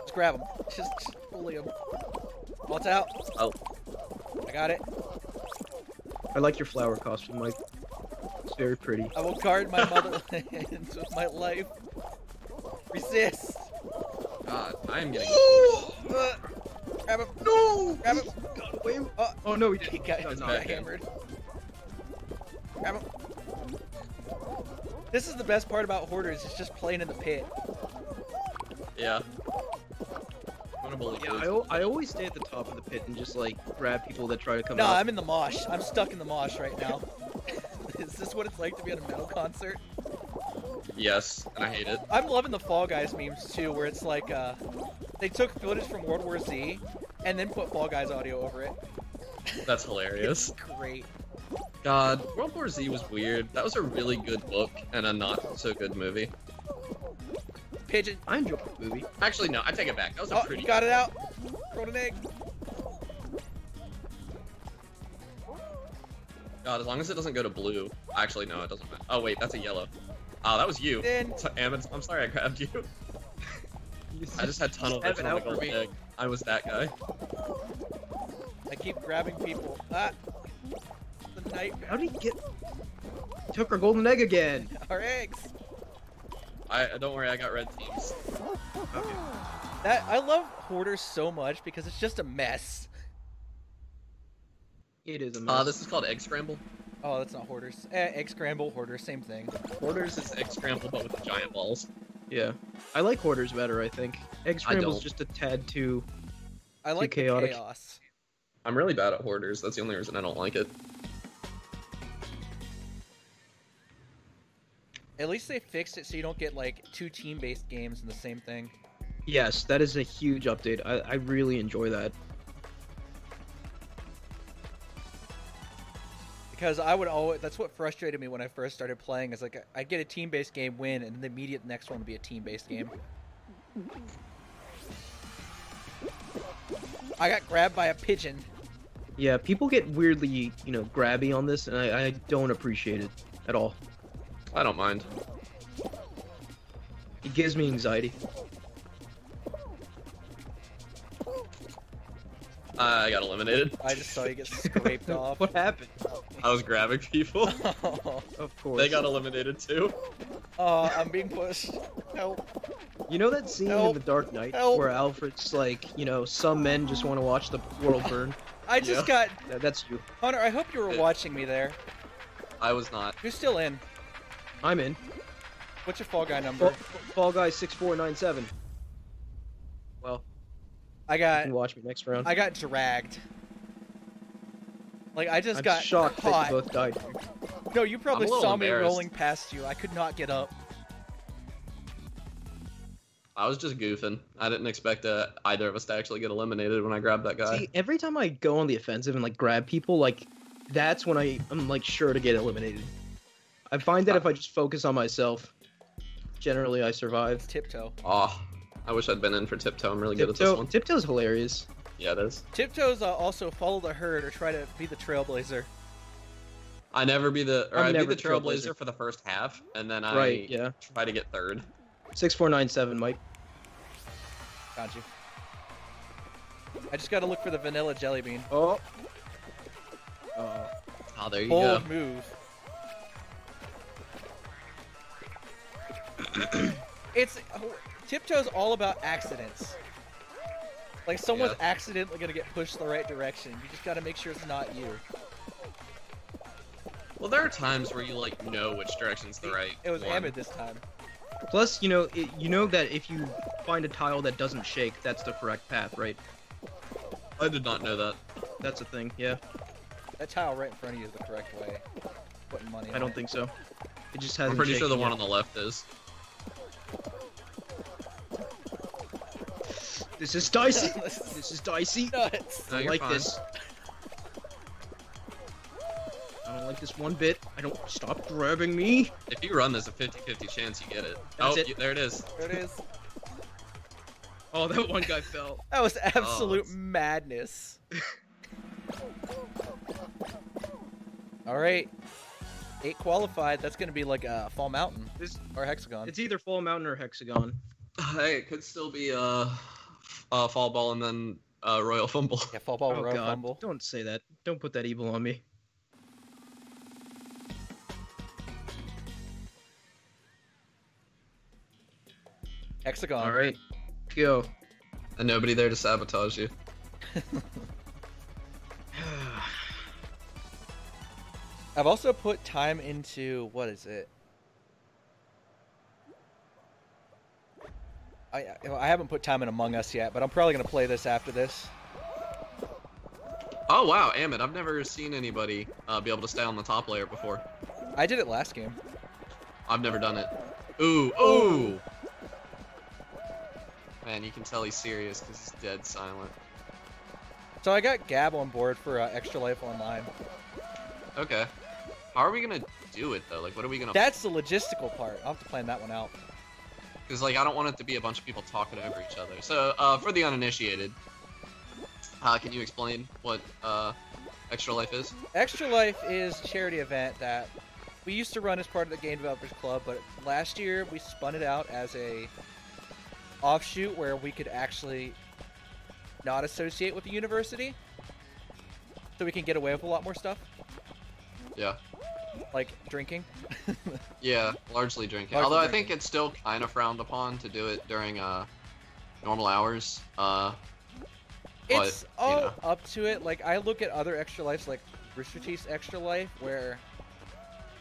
Speaker 3: just grab him just, just bully him oh it's out
Speaker 2: Oh.
Speaker 3: i got it
Speaker 4: I like your flower costume, Mike. It's very pretty.
Speaker 3: i will guard my motherland with my life resist
Speaker 2: God, I am getting.
Speaker 3: Uh, grab him
Speaker 4: No!
Speaker 3: grab him Uh,
Speaker 4: Oh no, he
Speaker 3: he
Speaker 4: didn't.
Speaker 3: got
Speaker 4: No,
Speaker 3: he
Speaker 4: no.
Speaker 3: got hammered grab him This is the best part about hoarders. It's just playing in the pit.
Speaker 2: Yeah. I'm gonna bully
Speaker 1: Yeah,
Speaker 2: kids.
Speaker 1: I, al- I always stay at the top of the pit and just like grab people that try to come
Speaker 3: No,
Speaker 1: out.
Speaker 3: I'm in the mosh. I'm stuck in the mosh right now. is this what it's like to be at a metal concert?
Speaker 2: Yes, and I hate it.
Speaker 3: I'm loving the Fall Guys memes too, where it's like uh, they took footage from World War Z and then put Fall Guys audio over it.
Speaker 2: That's hilarious.
Speaker 3: Great.
Speaker 2: God, World War Z was weird. That was a really good book and a not so good movie.
Speaker 3: Pigeon.
Speaker 1: I enjoyed the movie.
Speaker 2: Actually, no, I take it back. That was a
Speaker 3: Oh,
Speaker 2: pretty.
Speaker 3: got it out. Rolled an egg.
Speaker 2: God, as long as it doesn't go to blue. Actually, no, it doesn't matter. Oh wait, that's a yellow. Oh, that was you.
Speaker 3: Then
Speaker 2: So, Am, it's- I'm sorry I grabbed you. I just had tunnel
Speaker 1: Step
Speaker 2: vision
Speaker 1: it
Speaker 2: on the
Speaker 1: out for
Speaker 2: golden
Speaker 1: me.
Speaker 2: egg. I was that guy.
Speaker 3: I keep grabbing people. Ah. The nightmare.
Speaker 1: How did he get? Took our golden egg again.
Speaker 3: Our eggs.
Speaker 2: I don't worry, I got red teams.
Speaker 1: Mm-hmm.
Speaker 3: That I love hoarders so much because it's just a mess.
Speaker 1: It is a mess.
Speaker 2: Uh, this is called egg scramble.
Speaker 3: Oh, that's not hoarders. Eh, egg scramble, hoarder, same thing.
Speaker 2: Quarters is egg scramble but with giant balls.
Speaker 1: Yeah, I like hoarders better. I think egg
Speaker 2: I
Speaker 1: scramble's
Speaker 2: don't.
Speaker 1: just a tad too.
Speaker 3: I like the
Speaker 1: chaotic.
Speaker 3: chaos.
Speaker 2: I'm really bad at hoarders. That's the only reason I don't like it.
Speaker 3: At least they fixed it so you don't get like two team-based games in the same thing.
Speaker 1: Yes, that is a huge update. I, I really enjoy that.
Speaker 3: Because I would always that's what frustrated me when I first started playing is like I get a team-based game win and the immediate next one would be a team-based game. I got grabbed by a pigeon.
Speaker 1: Yeah, people get weirdly, you know, grabby on this, and I, I don't appreciate it at all.
Speaker 2: I don't mind.
Speaker 1: It gives me anxiety.
Speaker 2: I got eliminated.
Speaker 3: I just saw you get scraped off.
Speaker 1: What happened?
Speaker 2: I was grabbing people.
Speaker 3: oh,
Speaker 1: Of course.
Speaker 2: they got eliminated too.
Speaker 3: I'm being pushed. Help.
Speaker 1: You know that scene in
Speaker 3: Help.
Speaker 1: The Dark Knight
Speaker 3: Help.
Speaker 1: where Alfred's like, you know, some men just want to watch the world burn?
Speaker 3: I just got
Speaker 1: That, that's you.
Speaker 3: Hunter, I hope you were
Speaker 2: Good.
Speaker 3: watching me there.
Speaker 2: I was not.
Speaker 3: You're still in.
Speaker 1: I'm in.
Speaker 3: What's your fall guy
Speaker 1: Fall,
Speaker 3: number?
Speaker 1: Fall Guy 6497. Well,
Speaker 3: I
Speaker 1: you
Speaker 3: got
Speaker 1: can watch me next round.
Speaker 3: I got dragged. Like I just
Speaker 1: I'm
Speaker 3: got
Speaker 1: shocked that
Speaker 3: caught.
Speaker 1: you both died.
Speaker 3: No, you probably
Speaker 2: I'm a little
Speaker 3: saw me
Speaker 2: embarrassed.
Speaker 3: rolling past you. I could not get up.
Speaker 2: I was just goofing. I didn't expect uh, either of us to actually get eliminated when I grabbed that guy.
Speaker 1: See, every time I go on the offensive and like grab people, like that's when I I'm like sure to get eliminated. I find that if I just focus on myself, generally I survive.
Speaker 3: It's tiptoe.
Speaker 2: Aw, I wish I'd been in for tiptoe. I'm really good at this
Speaker 1: Tiptoe,
Speaker 2: one.
Speaker 1: tiptoe's hilarious.
Speaker 2: Yeah, it is.
Speaker 3: Tiptoes uh, also follow the herd or try to be the trailblazer.
Speaker 2: I never be the or
Speaker 1: I'm
Speaker 2: i be
Speaker 1: never
Speaker 2: the
Speaker 1: the
Speaker 2: trailblazer,
Speaker 1: trailblazer.
Speaker 2: for the first half, and then I
Speaker 1: Right? Yeah.
Speaker 2: try to get third.
Speaker 1: Six four nine seven, Mike.
Speaker 3: Got you. I just gotta look for the vanilla jelly bean.
Speaker 1: Oh. Oh.
Speaker 2: Oh, there you
Speaker 3: Bold
Speaker 2: go.
Speaker 3: move. it's oh, tiptoes all about accidents. Like someone's accidentally gonna get pushed the right direction. You just gotta make sure it's not you.
Speaker 2: Well, there are times where you like know which direction's the right.
Speaker 3: It was
Speaker 2: one.
Speaker 3: Ahmed this time.
Speaker 1: Plus, you know, it, you know that if you find a tile that doesn't shake, that's the correct path, right?
Speaker 2: I did not know that.
Speaker 1: That's a thing. Yeah,
Speaker 3: That tile right in front of you is the correct way. Putting money.
Speaker 1: I
Speaker 3: on
Speaker 1: don't
Speaker 3: it.
Speaker 1: think so. It just hasn't.
Speaker 2: I'm pretty sure
Speaker 1: shaken
Speaker 2: the one
Speaker 1: yet.
Speaker 2: on the left is.
Speaker 1: This is dicey.
Speaker 3: This is
Speaker 1: this is dicey.
Speaker 3: Nuts.
Speaker 2: No,
Speaker 1: I
Speaker 2: you're
Speaker 1: like
Speaker 2: fine.
Speaker 1: this. I don't like this one bit. I don't stop grabbing me.
Speaker 2: If you run, there's a 50-50 chance you get it.
Speaker 1: That's
Speaker 2: oh,
Speaker 1: it.
Speaker 2: you- there it is.
Speaker 3: There it is.
Speaker 1: Oh, that one guy fell.
Speaker 3: That was absolute
Speaker 2: it's-
Speaker 3: madness. All right, eight qualified. That's gonna be like a fall mountain
Speaker 1: This
Speaker 3: or hexagon.
Speaker 1: it's either Fall Mountain or Hexagon.
Speaker 2: Hey, it could still be uh, uh, fall ball and then uh, royal fumble.
Speaker 3: yeah, fall ball,
Speaker 1: oh
Speaker 3: row,
Speaker 1: God!
Speaker 3: fumble.
Speaker 1: Don't say that. Don't put that evil on me.
Speaker 3: Hexagon.
Speaker 1: All right, go.
Speaker 2: And nobody there to sabotage you.
Speaker 3: I've also put time into what is it? I I- I haven't put time in Among Us yet, but I'm probably gonna play this after this.
Speaker 2: Oh wow, Amit, I've never seen anybody uh, be able to stay on the top layer before.
Speaker 3: I did it last game.
Speaker 2: I've never done it. Ooh, ooh. Man, you can tell he's serious because he's dead silent.
Speaker 3: So I got Gab on board for uh, Extra Life Online.
Speaker 2: Okay. How are we gonna do it though? Like, what are we gonna?
Speaker 3: That's the logistical part. I'll have to plan that one out.
Speaker 2: Because like, I don't want it to be a bunch of people talking over each other. So, uh, for the uninitiated, uh, can you explain what uh, extra life is?
Speaker 3: Extra Life is a charity event that we used to run as part of the Game Developers Club, but last year we spun it out as a offshoot where we could actually not associate with the university, so we can get away with a lot more stuff
Speaker 2: Yeah.
Speaker 3: like drinking.
Speaker 2: Yeah, largely drinking.
Speaker 3: Largely
Speaker 2: Although I
Speaker 3: drinking.
Speaker 2: think it's still kind of frowned upon to do it during uh, normal hours. Uh, Well,
Speaker 3: It's
Speaker 2: you
Speaker 3: all
Speaker 2: know.
Speaker 3: up to it. Like I look at other extra lives, like Rooster Teeth's Extra Life, where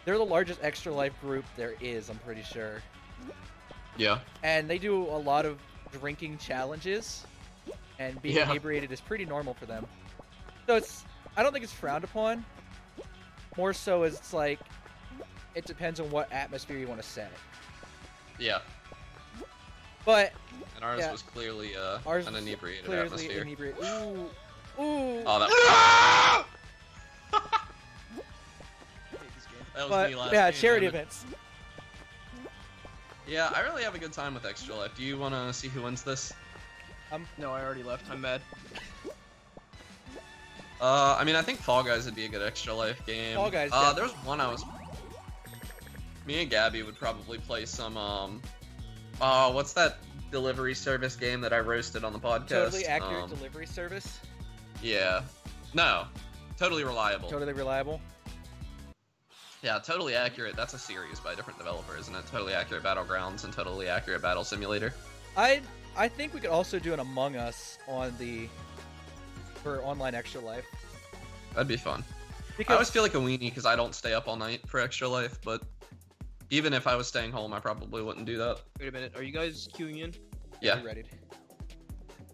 Speaker 3: they're the largest extra life group there is. I'm pretty sure,
Speaker 2: yeah.
Speaker 3: and they do a lot of drinking challenges, and being
Speaker 2: Yeah.
Speaker 3: inebriated is pretty normal for them. So it's I don't think it's frowned upon. More so, is it's like it depends on what atmosphere you want to set.
Speaker 2: Yeah.
Speaker 3: But
Speaker 2: And ours
Speaker 3: Yeah.
Speaker 2: was clearly uh,
Speaker 3: ours
Speaker 2: an
Speaker 3: was
Speaker 2: inebriated
Speaker 3: clearly
Speaker 2: atmosphere.
Speaker 3: inebriated. Ooh, ooh.
Speaker 2: oh, that was,
Speaker 4: I hate this game.
Speaker 2: that was
Speaker 3: but
Speaker 2: me last
Speaker 3: yeah,
Speaker 2: game,
Speaker 3: charity
Speaker 2: damn it.
Speaker 3: events.
Speaker 2: Yeah, I really have a good time with Extra Life. Do you want to see who wins this?
Speaker 4: No, I already left. I'm mad.
Speaker 2: Uh, I mean, I think Fall Guys would be a good Extra Life game.
Speaker 3: Fall Guys,
Speaker 2: Uh,
Speaker 3: definitely.
Speaker 2: there's one I was. Me and Gabby would probably play some. Um, uh, what's that delivery service game that I roasted on the podcast?
Speaker 3: Totally accurate
Speaker 2: Um,
Speaker 3: delivery service.
Speaker 2: Yeah. No. Totally reliable.
Speaker 3: Totally reliable.
Speaker 2: Yeah, totally accurate. That's a series by a different developer, isn't it? Totally accurate battlegrounds and totally accurate battle simulator.
Speaker 3: I I think we could also do an Among Us on the for online extra life
Speaker 2: That'd be fun. I
Speaker 3: because
Speaker 2: always feel like a weenie because I don't stay up all night for extra life, but even if I was staying home, I probably wouldn't do that.
Speaker 4: Wait a minute. Are you guys queuing in?
Speaker 2: Yeah. Oh,
Speaker 3: You readied.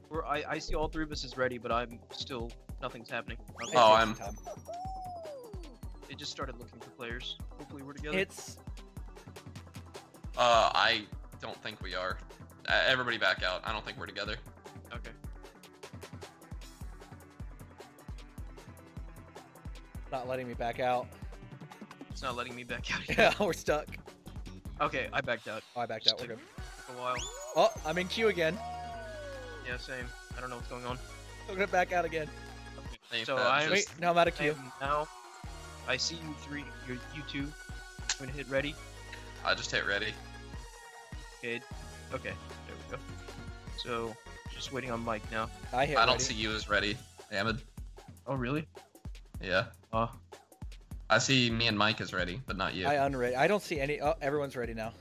Speaker 4: We're, I, I see all three of us is ready, but I'm still nothing's happening. Okay.
Speaker 2: Oh,
Speaker 3: It
Speaker 2: I'm-
Speaker 3: takes some time.
Speaker 4: It just started looking for players. Hopefully we're together.
Speaker 3: It's
Speaker 2: Uh, I don't think we are. Uh, everybody back out. I don't think we're together.
Speaker 4: okay.
Speaker 3: not letting me back out.
Speaker 4: It's not letting me back out. Yet.
Speaker 3: Yeah, we're stuck.
Speaker 4: Okay, I backed out
Speaker 3: Oh, I backed out. We're good.
Speaker 4: for a while.
Speaker 3: Oh, I'm in queue again.
Speaker 4: Yeah, same. I don't know what's going on.
Speaker 3: I'm gonna back out again.
Speaker 2: Ain't
Speaker 4: So
Speaker 2: that
Speaker 4: I'm-
Speaker 2: just-
Speaker 3: Wait, no, I'm out of
Speaker 4: I
Speaker 3: queue.
Speaker 4: am now. I see you three. You're, you two. I'm gonna hit ready.
Speaker 2: I just hit ready.
Speaker 4: Okay. Okay. There we go. So just waiting on Mike now.
Speaker 3: I hit.
Speaker 2: I don't
Speaker 3: ready.
Speaker 2: see you as ready, Ahmed.
Speaker 4: Oh really?
Speaker 2: Yeah.
Speaker 4: Uh,
Speaker 2: I see me and Mike as ready, but not you.
Speaker 3: I unready. I don't see any. Oh, everyone's ready now.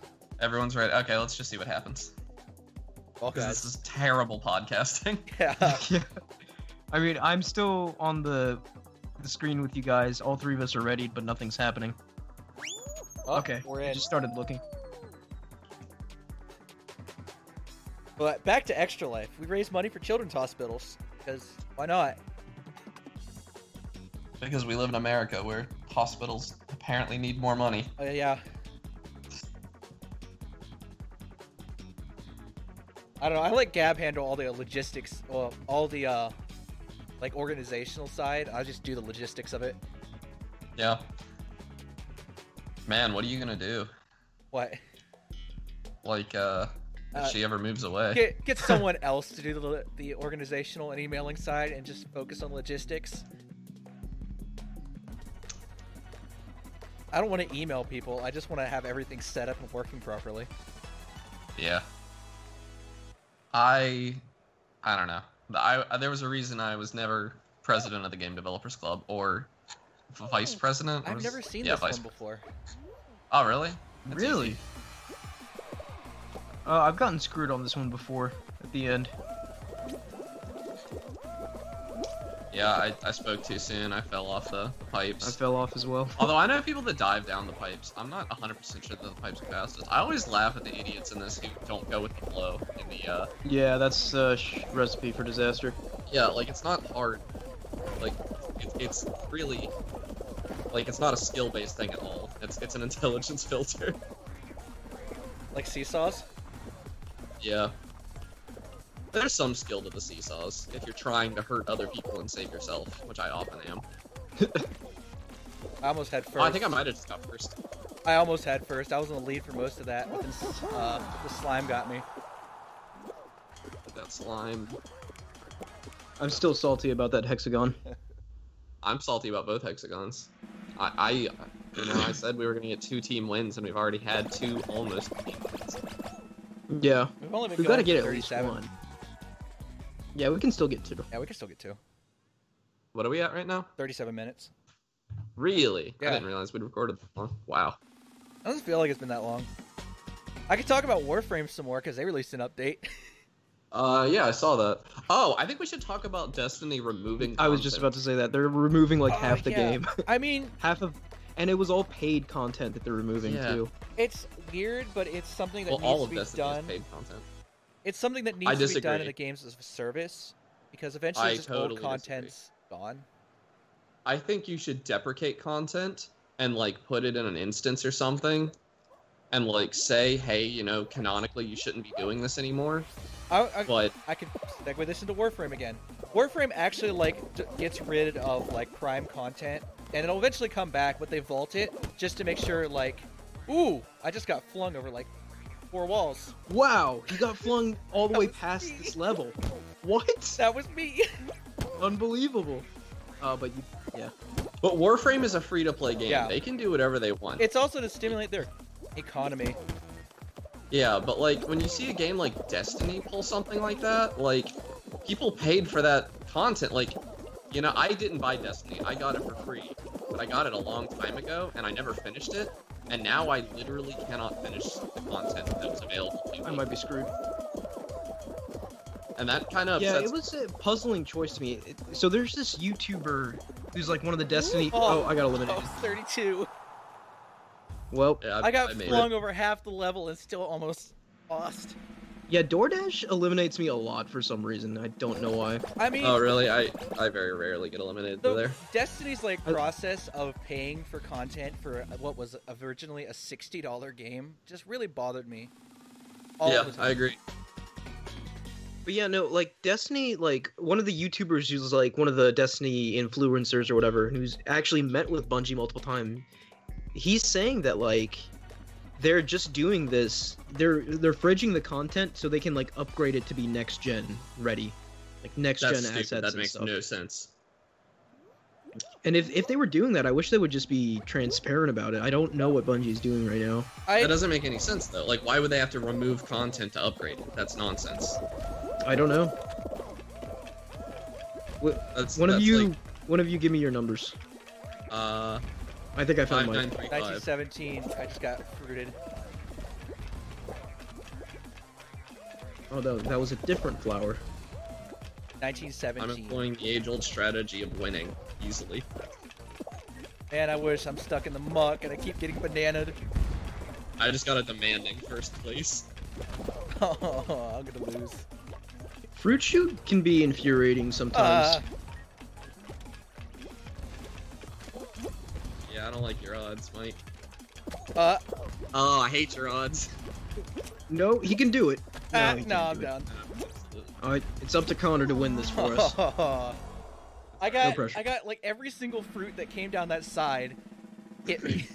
Speaker 2: Everyone's ready. Okay, let's just see what happens.
Speaker 3: All
Speaker 2: Because
Speaker 3: guys.
Speaker 2: this is terrible podcasting.
Speaker 3: Yeah.
Speaker 4: yeah. I mean, I'm still on the the screen with you guys. All three of us are ready, but nothing's happening.
Speaker 3: Oh,
Speaker 4: okay.
Speaker 3: We're
Speaker 4: I
Speaker 3: in.
Speaker 4: just started looking.
Speaker 3: But back to Extra Life. We raise money for children's hospitals because why not?
Speaker 2: Because we live in America where hospitals apparently need more money.
Speaker 3: Uh, yeah. I don't know. I let Gab handle all the logistics, well, all the uh, like organizational side. I just do the logistics of it.
Speaker 2: Yeah. Man, what are you gonna do?
Speaker 3: What?
Speaker 2: Like, uh, if
Speaker 3: Uh,
Speaker 2: she ever moves away.
Speaker 3: Get get someone else to do the lo- the organizational and emailing side, and just focus on logistics. I don't want to email people. I just want to have everything set up and working properly.
Speaker 2: Yeah. I, I don't know. I uh, there was a reason I was never president of the Game Developers Club or v- vice president. or
Speaker 3: Oh, I've
Speaker 2: was-
Speaker 3: never seen
Speaker 2: yeah,
Speaker 3: this
Speaker 2: vice.
Speaker 3: one before.
Speaker 2: Oh really? That's
Speaker 4: really?
Speaker 2: easy.
Speaker 4: Uh, I've gotten screwed on this one before. At the end.
Speaker 2: Yeah, I, I spoke too soon. I fell off the
Speaker 1: I
Speaker 2: pipes.
Speaker 1: fell off as well.
Speaker 2: Although I know people that dive down the pipes. I'm not 100% sure that the pipes are fastest. I always laugh at the idiots in this who don't go with the flow in the uh,
Speaker 1: Yeah, that's a
Speaker 4: uh,
Speaker 1: sh- recipe for disaster.
Speaker 2: Yeah, like it's not hard. Like it, it's really like it's not a skill based thing at all. It's it's an intelligence filter.
Speaker 3: Like seesaws?
Speaker 2: yeah. There's some skill to the seesaws if you're trying to hurt other people and save yourself, which I often am.
Speaker 3: I almost had first.
Speaker 2: Oh, I think I might have just got first.
Speaker 3: I almost had first. I was in the lead for most of that, but then uh, the slime got me.
Speaker 2: with That slime.
Speaker 1: I'm still salty about that hexagon.
Speaker 2: I'm salty about both hexagons. I, I you know I said we were gonna get two team wins and we've already had two almost team wins.
Speaker 1: Yeah,
Speaker 3: We've only been
Speaker 1: we've got
Speaker 3: going
Speaker 1: to get
Speaker 3: for
Speaker 1: at least
Speaker 3: 37.
Speaker 1: one. Yeah, we can still get two.
Speaker 3: Yeah, we can still get two.
Speaker 2: What are we at right now?
Speaker 3: 37 minutes.
Speaker 2: Really?
Speaker 3: Yeah.
Speaker 2: I didn't realize we'd recorded that long. Wow.
Speaker 3: I doesn't feel like it's been that long. I could talk about Warframe some more because they released an update.
Speaker 2: Uh, yeah, I saw that. Oh, I think we should talk about Destiny removing.
Speaker 1: I was just
Speaker 2: content.
Speaker 1: about to say that they're removing like
Speaker 3: Oh,
Speaker 1: half the
Speaker 3: yeah.
Speaker 1: game,
Speaker 3: I mean,
Speaker 1: half of, and it was all paid content that they're removing
Speaker 2: Yeah.
Speaker 1: too.
Speaker 3: it's weird, but it's something that
Speaker 2: Well,
Speaker 3: needs
Speaker 2: all
Speaker 3: to
Speaker 2: of
Speaker 3: be
Speaker 2: Destiny
Speaker 3: done.
Speaker 2: is paid content.
Speaker 3: It's something that needs to be done in
Speaker 2: disagree.
Speaker 3: the games as a service because eventually
Speaker 2: I
Speaker 3: it's just
Speaker 2: totally
Speaker 3: old
Speaker 2: disagree.
Speaker 3: content's gone.
Speaker 2: I think you should deprecate content and like put it in an instance or something, and like say, hey, you know, canonically you shouldn't be doing this anymore.
Speaker 3: I, I,
Speaker 2: But
Speaker 3: I could segue this into Warframe again. Warframe actually like d- gets rid of like prime content, and it'll eventually come back, but they vault it just to make sure like, ooh, I just got flung over like four walls.
Speaker 1: Wow, he got flung all the
Speaker 3: That
Speaker 1: way
Speaker 3: was
Speaker 1: past
Speaker 3: me.
Speaker 1: this level. What?
Speaker 3: That was me.
Speaker 1: Unbelievable. Uh, but you,
Speaker 2: but Warframe is a free to play game.
Speaker 3: Yeah.
Speaker 2: They can do whatever they want.
Speaker 3: it's also to stimulate their economy.
Speaker 2: Yeah, but like when you see a game like Destiny pull something like that, like people paid for that content. Like, you know, I didn't buy Destiny. I got it for free, but I got it a long time ago and I never finished it. And now I literally cannot finish the content that was available to me.
Speaker 1: I might be screwed.
Speaker 2: And that kind of
Speaker 1: Yeah,
Speaker 2: upsets.
Speaker 1: it was a puzzling choice to me. It- So there's this YouTuber who's like one of the Destiny.
Speaker 3: Oh.
Speaker 1: Oh, I got
Speaker 3: I
Speaker 1: eliminated.
Speaker 3: was 32.
Speaker 1: Well,
Speaker 2: Yeah,
Speaker 3: I got
Speaker 2: made
Speaker 3: flung
Speaker 2: it.
Speaker 3: over half the level and still almost lost.
Speaker 1: yeah, DoorDash eliminates me a lot for some reason. I don't know why.
Speaker 3: I mean,
Speaker 2: Oh really? I I very rarely get eliminated
Speaker 3: The
Speaker 2: there.
Speaker 3: Destiny's like
Speaker 1: I-
Speaker 3: process of paying for content for uh, what was originally a sixty dollar game just really bothered me. All
Speaker 2: Yeah,
Speaker 3: the time.
Speaker 2: I agree.
Speaker 1: But yeah, no, like Destiny, like one of the YouTubers who's like one of the Destiny influencers or whatever, who's actually met with Bungie multiple times. He's saying that like they're just doing this. They're they're fridging the content so they can like upgrade it to be next gen ready, like next
Speaker 2: That's
Speaker 1: gen assets
Speaker 2: stupid. That
Speaker 1: and
Speaker 2: makes
Speaker 1: stuff.
Speaker 2: no sense.
Speaker 1: And if if they were doing that, I wish they would just be transparent about it. I don't know what Bungie's doing right now.
Speaker 3: I,
Speaker 2: That doesn't make any sense though. Like, why would they have to remove content to upgrade it? That's nonsense.
Speaker 1: I don't know.
Speaker 2: That's
Speaker 1: One of
Speaker 2: that's
Speaker 1: you,
Speaker 2: like,
Speaker 1: one of you, give me your numbers.
Speaker 2: uh,
Speaker 1: I think I found
Speaker 2: five
Speaker 1: mine.
Speaker 2: nine three
Speaker 3: nineteen
Speaker 2: five.
Speaker 3: seventeen. I just got fruited.
Speaker 1: Oh, that, that was a different flower.
Speaker 3: Nineteen
Speaker 2: I'm
Speaker 3: seventeen.
Speaker 2: employing the age-old strategy of winning easily.
Speaker 3: Man, I wish I'm stuck in the muck and I keep getting bananaed.
Speaker 2: I just got a demanding first place.
Speaker 3: Oh, I'm gonna lose.
Speaker 1: Fruit shoot can be infuriating sometimes.
Speaker 3: Uh,
Speaker 2: Yeah, I don't like your odds, Mike.
Speaker 3: uh,
Speaker 2: Oh, I hate your odds.
Speaker 1: no, he can do it. No,
Speaker 3: ah,
Speaker 1: he can't
Speaker 3: no, I'm
Speaker 1: do it.
Speaker 3: done.
Speaker 1: All right, it's up to Connor to win this for us.
Speaker 3: I got,
Speaker 1: pressure.
Speaker 3: I got like every single fruit that came down that side hit me.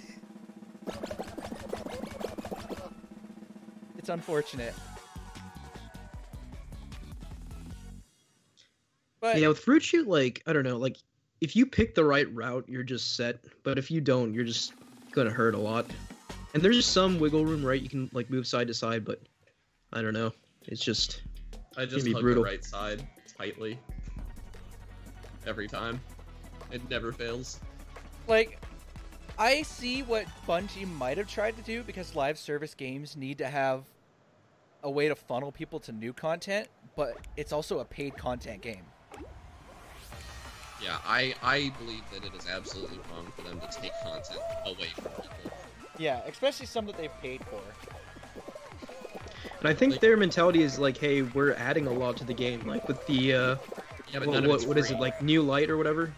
Speaker 3: it's unfortunate. But
Speaker 1: yeah, with fruit shoot, like I don't know, like if you pick the right route, you're just set. But if you don't, you're just gonna hurt a lot. And there's some wiggle room, right? You can like move side to side, but I don't know. It's just
Speaker 2: I just
Speaker 1: be
Speaker 2: hug the
Speaker 1: brutal.
Speaker 2: right side tightly every time. It never fails.
Speaker 3: like, I see what Bungie might have tried to do because live service games need to have a way to funnel people to new content, but it's also a paid content game.
Speaker 2: Yeah, I I believe that it is absolutely wrong for them to take content away from people.
Speaker 3: Yeah, especially some that they've paid for.
Speaker 1: And I think their mentality is like, hey, we're adding a lot to the game, like with the uh,
Speaker 2: Yeah, but
Speaker 1: what,
Speaker 2: none of
Speaker 1: what,
Speaker 2: it's
Speaker 1: what is
Speaker 2: free.
Speaker 1: it like, new light or whatever?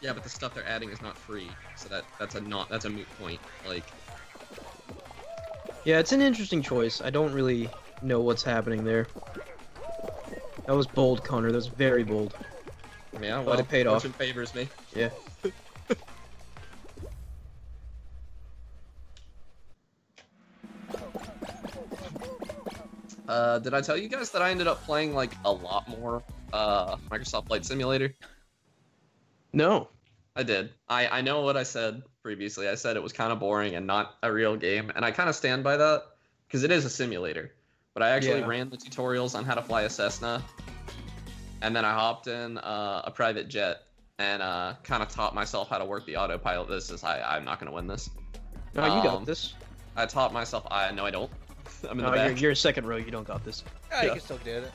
Speaker 2: Yeah, but the stuff they're adding is not free, so that that's a not that's a moot point. Like,
Speaker 1: Yeah, it's an interesting choice. I don't really know what's happening there. That was bold, Connor. That was very bold.
Speaker 2: yeah,
Speaker 1: it
Speaker 2: well,
Speaker 1: paid off.
Speaker 2: fortune favors me.
Speaker 1: Yeah.
Speaker 2: Uh, did I tell you guys that I ended up playing like a lot more uh, Microsoft Flight Simulator?
Speaker 1: No.
Speaker 2: I did. I, I know what I said previously. I said it was kind of boring and not a real game, and I kind of stand by that because it is a simulator. But I actually
Speaker 1: Yeah.
Speaker 2: ran the tutorials on how to fly a Cessna, and then I hopped in uh, a private jet and uh, kind of taught myself how to work the autopilot. This is I, I'm not going to win this.
Speaker 1: No, you
Speaker 2: Um,
Speaker 1: got this.
Speaker 2: I taught myself. I no, I don't. I'm in
Speaker 1: No,
Speaker 2: the
Speaker 1: Oh, you're,
Speaker 2: back.
Speaker 1: you're second row. You don't got this.
Speaker 3: Yeah, you
Speaker 2: Yeah.
Speaker 3: can still do it.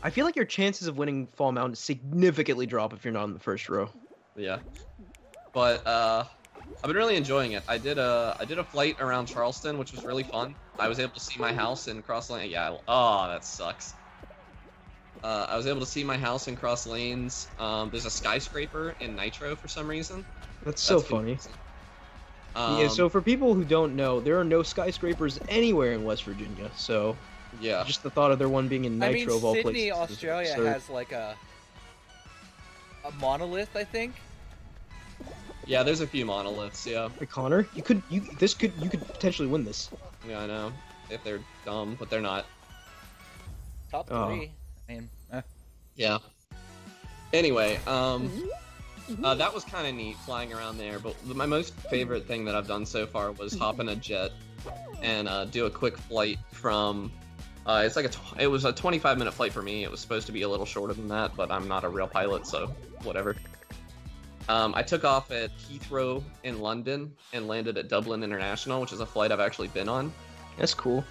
Speaker 1: I feel like your chances of winning Fall Mountain significantly drop if you're not in the first row.
Speaker 2: Yeah. But uh, I've been really enjoying it. I did a I did a flight around Charleston, which was really fun. I was able to see my house in Cross Lane. Yeah. I- Oh, that sucks. Uh, I was able to see my house in Cross Lanes. Um, there's a skyscraper in Nitro for some reason.
Speaker 1: That's so
Speaker 2: That's
Speaker 1: funny.
Speaker 2: confusing. Um,
Speaker 1: yeah, so for people who don't know, there are no skyscrapers anywhere in West Virginia. So
Speaker 2: yeah.
Speaker 1: just the thought of there one being in Nitro
Speaker 3: I mean,
Speaker 1: of all places.
Speaker 3: Sydney,
Speaker 1: is
Speaker 3: Australia
Speaker 1: absurd.
Speaker 3: has like a a monolith, I think.
Speaker 2: Yeah, there's a few monoliths. Yeah.
Speaker 1: Hey, Connor, you could you this could you could potentially win this.
Speaker 2: Yeah, I know. If they're dumb, but they're not.
Speaker 3: Top
Speaker 1: Oh.
Speaker 3: three. I mean, eh.
Speaker 2: Yeah. Anyway, um, uh, that was kind of neat flying around there. But my most favorite thing that I've done so far was hop in a jet and uh, do a quick flight from. Uh, it's like a. Tw- it was a 25 minute flight for me. It was supposed to be a little shorter than that, but I'm not a real pilot, so whatever. Um, I took off at Heathrow in London and landed at Dublin International, which is a flight I've actually been on
Speaker 1: That's cool.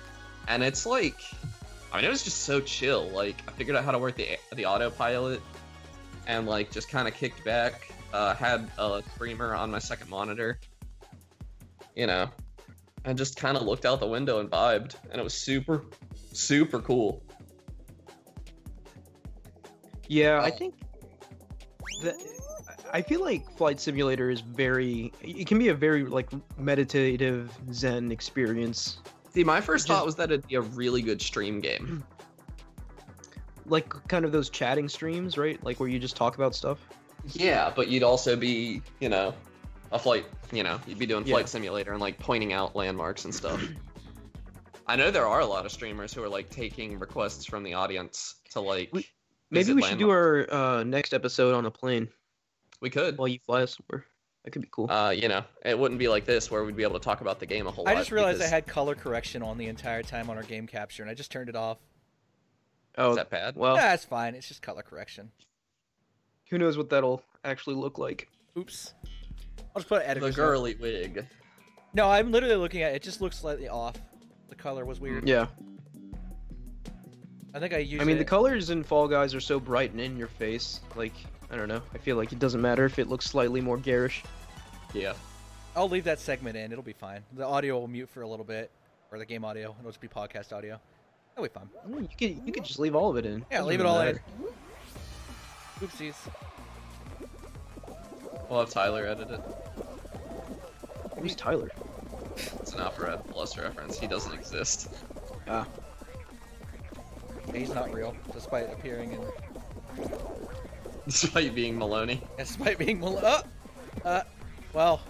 Speaker 2: and it's like i mean it was just so chill like i figured out how to work the the autopilot and like just kind of kicked back uh, had a streamer on my second monitor you know and just kind of looked out the window and vibed and it was super super cool
Speaker 1: Yeah, I
Speaker 2: Oh.
Speaker 1: think that I feel like Flight Simulator is very it can be a very like meditative zen experience.
Speaker 2: see my first
Speaker 1: Which is-
Speaker 2: thought was that it'd be a really good stream game
Speaker 1: Like kind of those chatting streams, right? Like where you just talk about stuff.
Speaker 2: yeah but you'd also be you know a flight you know you'd be doing
Speaker 1: Yeah.
Speaker 2: flight simulator and like pointing out landmarks and stuff i know there are a lot of streamers who are like taking requests from the audience to like
Speaker 1: We-
Speaker 2: Is
Speaker 1: Maybe
Speaker 2: it
Speaker 1: we should do our uh, next episode on a plane
Speaker 2: we could
Speaker 1: while you fly us somewhere. That could be cool.
Speaker 2: uh you know it wouldn't be like this where we'd be able to talk about the game a whole
Speaker 3: I
Speaker 2: lot
Speaker 3: just realized I
Speaker 2: because-
Speaker 3: had color correction on the entire time on our game capture, and I just turned it off.
Speaker 1: oh,
Speaker 2: is that bad
Speaker 1: well,
Speaker 3: Nah, it's fine. It's just color correction.
Speaker 1: who knows what that'll actually look like.
Speaker 3: Oops. I'll just put an
Speaker 2: the
Speaker 3: editor's note.
Speaker 2: girly wig
Speaker 3: No, I'm literally looking at it. It just looks slightly off. The color was weird.
Speaker 1: Yeah.
Speaker 3: I think I used.
Speaker 1: I mean, the
Speaker 3: it-
Speaker 1: colors in Fall Guys are so bright and in your face. Like, I don't know. I feel like it doesn't matter if it looks slightly more garish.
Speaker 2: yeah
Speaker 3: I'll leave that segment in. It'll be fine. The audio will mute for a little bit, or the game audio. It'll just be podcast audio. That'll be fine.
Speaker 1: Mm, You could you could just leave all of it in.
Speaker 3: Yeah,
Speaker 1: Doesn't
Speaker 3: leave it
Speaker 1: really
Speaker 3: all
Speaker 1: matter.
Speaker 3: in. Oopsies.
Speaker 2: we'll have tyler edit it
Speaker 1: Who's Tyler?
Speaker 2: it's an opera plus reference he doesn't exist
Speaker 3: Yeah, He's not real, despite appearing in,
Speaker 2: despite being maloney
Speaker 3: despite being mal- oh, uh, well.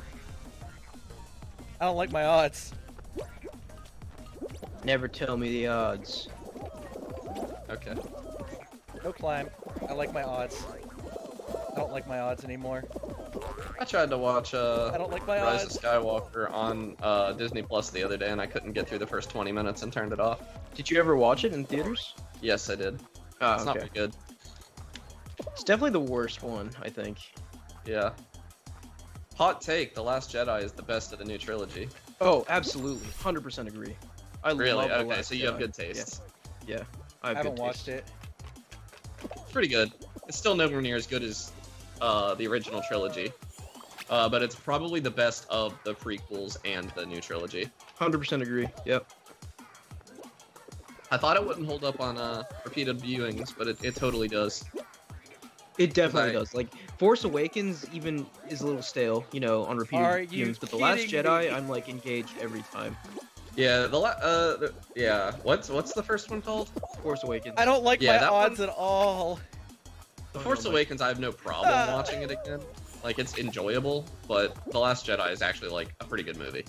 Speaker 3: I don't like my odds.
Speaker 1: Never tell me the odds.
Speaker 2: okay
Speaker 3: No climb. I like my odds. I don't like my odds anymore.
Speaker 2: i tried to watch uh
Speaker 3: I don't like my
Speaker 2: Rise
Speaker 3: odds.
Speaker 2: of Skywalker on uh, Disney Plus the other day, and I couldn't get through the first 20 minutes and turned it off.
Speaker 1: Did you ever watch it in theaters?
Speaker 2: Yes, I did.
Speaker 1: Oh,
Speaker 2: it's not
Speaker 1: okay.
Speaker 2: very good.
Speaker 1: It's definitely the worst one, I think.
Speaker 2: Yeah. Hot take: The Last Jedi is the best of the new trilogy.
Speaker 1: Oh, absolutely, hundred percent agree. I
Speaker 2: really?
Speaker 1: Love The
Speaker 2: Okay,
Speaker 1: Last
Speaker 2: so you have
Speaker 1: Jedi.
Speaker 2: good tastes.
Speaker 1: I,
Speaker 3: I
Speaker 1: have
Speaker 3: haven't
Speaker 1: good
Speaker 3: watched
Speaker 1: taste.
Speaker 3: it.
Speaker 2: It's pretty good. It's still nowhere near as good as uh, the original trilogy, uh, but it's probably the best of the prequels and the new trilogy.
Speaker 1: Hundred percent agree. Yep.
Speaker 2: I thought it wouldn't hold up on uh, repeated viewings, but it, it totally does.
Speaker 1: It definitely
Speaker 2: Right.
Speaker 1: does. Like Force Awakens even is a little stale, you know, on repeated
Speaker 3: Are you
Speaker 1: viewings, but The Last
Speaker 3: kidding
Speaker 1: Jedi,
Speaker 3: me?
Speaker 1: I'm like engaged every time.
Speaker 2: Yeah, the la- uh, the- yeah. What's what's the first one called?
Speaker 1: Force Awakens.
Speaker 3: I don't like
Speaker 2: Yeah,
Speaker 3: my
Speaker 2: that
Speaker 3: odds at all.
Speaker 2: The
Speaker 1: Oh,
Speaker 2: Force
Speaker 1: no, like-
Speaker 2: Awakens, I have no problem
Speaker 3: Ah.
Speaker 2: watching it again. Like it's enjoyable, but The Last Jedi is actually like a pretty good movie.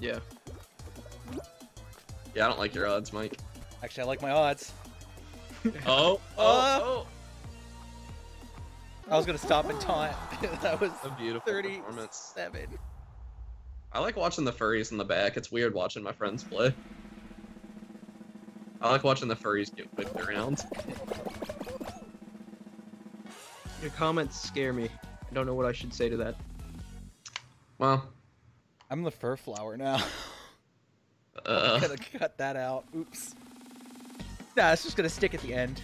Speaker 1: Yeah.
Speaker 2: Yeah, I don't like your odds, Mike.
Speaker 3: Actually, I like my odds.
Speaker 2: Oh, oh,
Speaker 3: Uh.
Speaker 2: oh!
Speaker 3: I was gonna stop and taunt. that was
Speaker 2: A beautiful performance.
Speaker 3: thirty-seven.
Speaker 2: I like watching the furries in the back. It's weird watching my friends play. I like watching the furries get whipped around.
Speaker 1: Your comments scare me. I don't know what I should say to that.
Speaker 2: Well,
Speaker 3: I'm the fur flower now.
Speaker 2: uh,
Speaker 3: Gotta cut that out. Oops. Nah, it's just gonna stick at the end.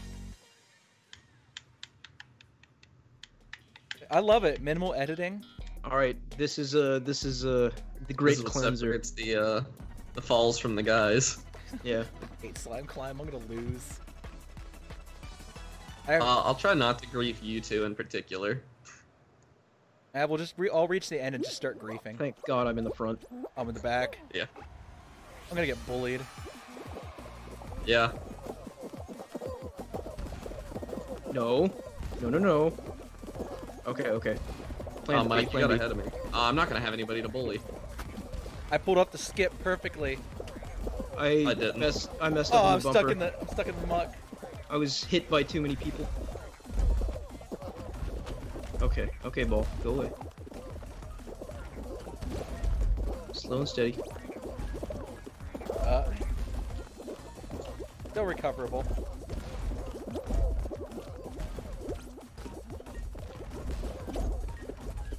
Speaker 3: I love it. Minimal editing.
Speaker 1: All right, this is uh this is uh the great
Speaker 2: this is what
Speaker 1: cleanser.
Speaker 2: separates the uh, the falls from the guys.
Speaker 1: Yeah.
Speaker 3: Hate slime climb. I'm gonna lose. I,
Speaker 2: Uh, I'll try not to grieve you two in particular.
Speaker 3: I will just re- I'll reach the end and just start griefing.
Speaker 1: Thank God I'm in the front.
Speaker 3: I'm in the back.
Speaker 2: Yeah.
Speaker 3: I'm gonna get bullied.
Speaker 2: Yeah,
Speaker 1: No. No, no, no. Okay, okay. Plan
Speaker 2: uh,
Speaker 1: B,
Speaker 2: Mike, you
Speaker 1: plan
Speaker 2: got
Speaker 1: B.
Speaker 2: ahead of me. Uh, I'm not gonna have anybody to bully.
Speaker 3: I pulled up the skip perfectly.
Speaker 1: I,
Speaker 2: I didn't.
Speaker 1: messed I messed
Speaker 3: Oh,
Speaker 1: up
Speaker 3: I'm
Speaker 1: in the
Speaker 3: stuck
Speaker 1: bumper.
Speaker 3: in the I'm stuck in the muck.
Speaker 1: I was hit by too many people. Okay, okay, ball, go away. Slow and steady.
Speaker 3: Uh, still recoverable.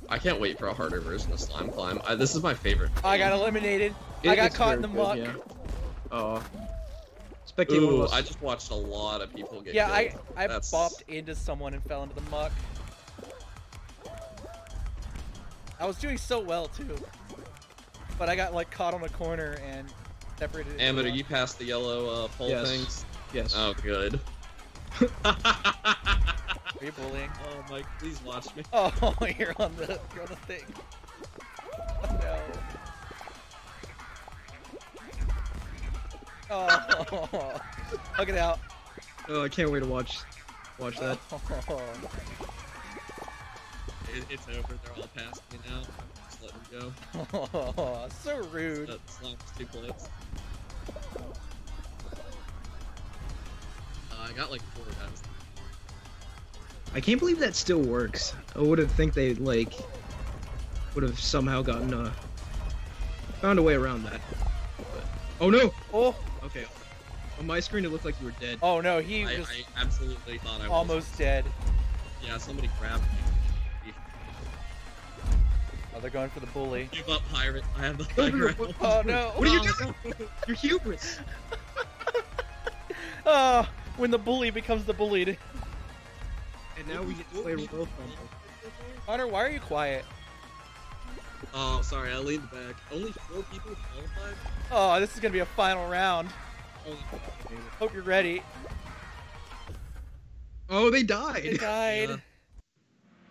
Speaker 2: I can't wait for a harder version of Slime Climb. I, this is my favorite.
Speaker 3: I got eliminated. I
Speaker 1: It-
Speaker 3: got
Speaker 1: it's
Speaker 3: caught in the
Speaker 1: very
Speaker 3: muck.
Speaker 1: good, Yeah. Aw. spectate one
Speaker 2: Ooh,
Speaker 1: was.
Speaker 2: I just watched a lot of people get.
Speaker 3: Yeah, I
Speaker 2: killed.
Speaker 3: I
Speaker 2: That's-
Speaker 3: bopped into someone and fell into the muck. I was doing so well too, but I got like caught on a corner and separated. into
Speaker 2: Amateur,
Speaker 3: the muck.
Speaker 2: you passed the yellow uh, pole
Speaker 1: Yes.
Speaker 2: things.
Speaker 1: yes.
Speaker 2: Oh, good.
Speaker 3: Are you bullying?
Speaker 2: Oh, Mike, please watch me.
Speaker 3: Oh, you're on the you're on the thing. Oh, no. Oh, hug it out.
Speaker 1: Oh, I can't wait to watch watch that.
Speaker 3: Oh.
Speaker 2: It, it's over. They're all past me now. Just let them go.
Speaker 3: Oh, so rude.
Speaker 2: That slime's too close. Uh, I got like four guys.
Speaker 1: I can't believe that still works. I would have think they like would have somehow gotten uh found a way around that. But, oh no!
Speaker 3: Oh,
Speaker 1: Okay. On my screen it looked like you were dead.
Speaker 3: oh no, he
Speaker 2: I,
Speaker 3: was
Speaker 2: I absolutely thought I was.
Speaker 3: almost dead.
Speaker 2: Yeah, somebody grabbed me.
Speaker 3: Oh, they're going for the bully.
Speaker 2: Give up, pirate. I have the high
Speaker 1: Open your-
Speaker 2: ground.
Speaker 3: Oh no!
Speaker 1: What are you doing? You're hubris.
Speaker 3: Oh, when the bully becomes the bullied.
Speaker 1: And now we get to play Royal Rumble.
Speaker 3: Hunter, why are you quiet?
Speaker 2: Oh, sorry, I leaned back. Only four people qualified?
Speaker 3: Oh, this is gonna be a final round.
Speaker 2: Holy fuck, man.
Speaker 3: Hope you're ready.
Speaker 1: Oh, they
Speaker 3: They
Speaker 1: died.
Speaker 3: died.
Speaker 2: Yeah.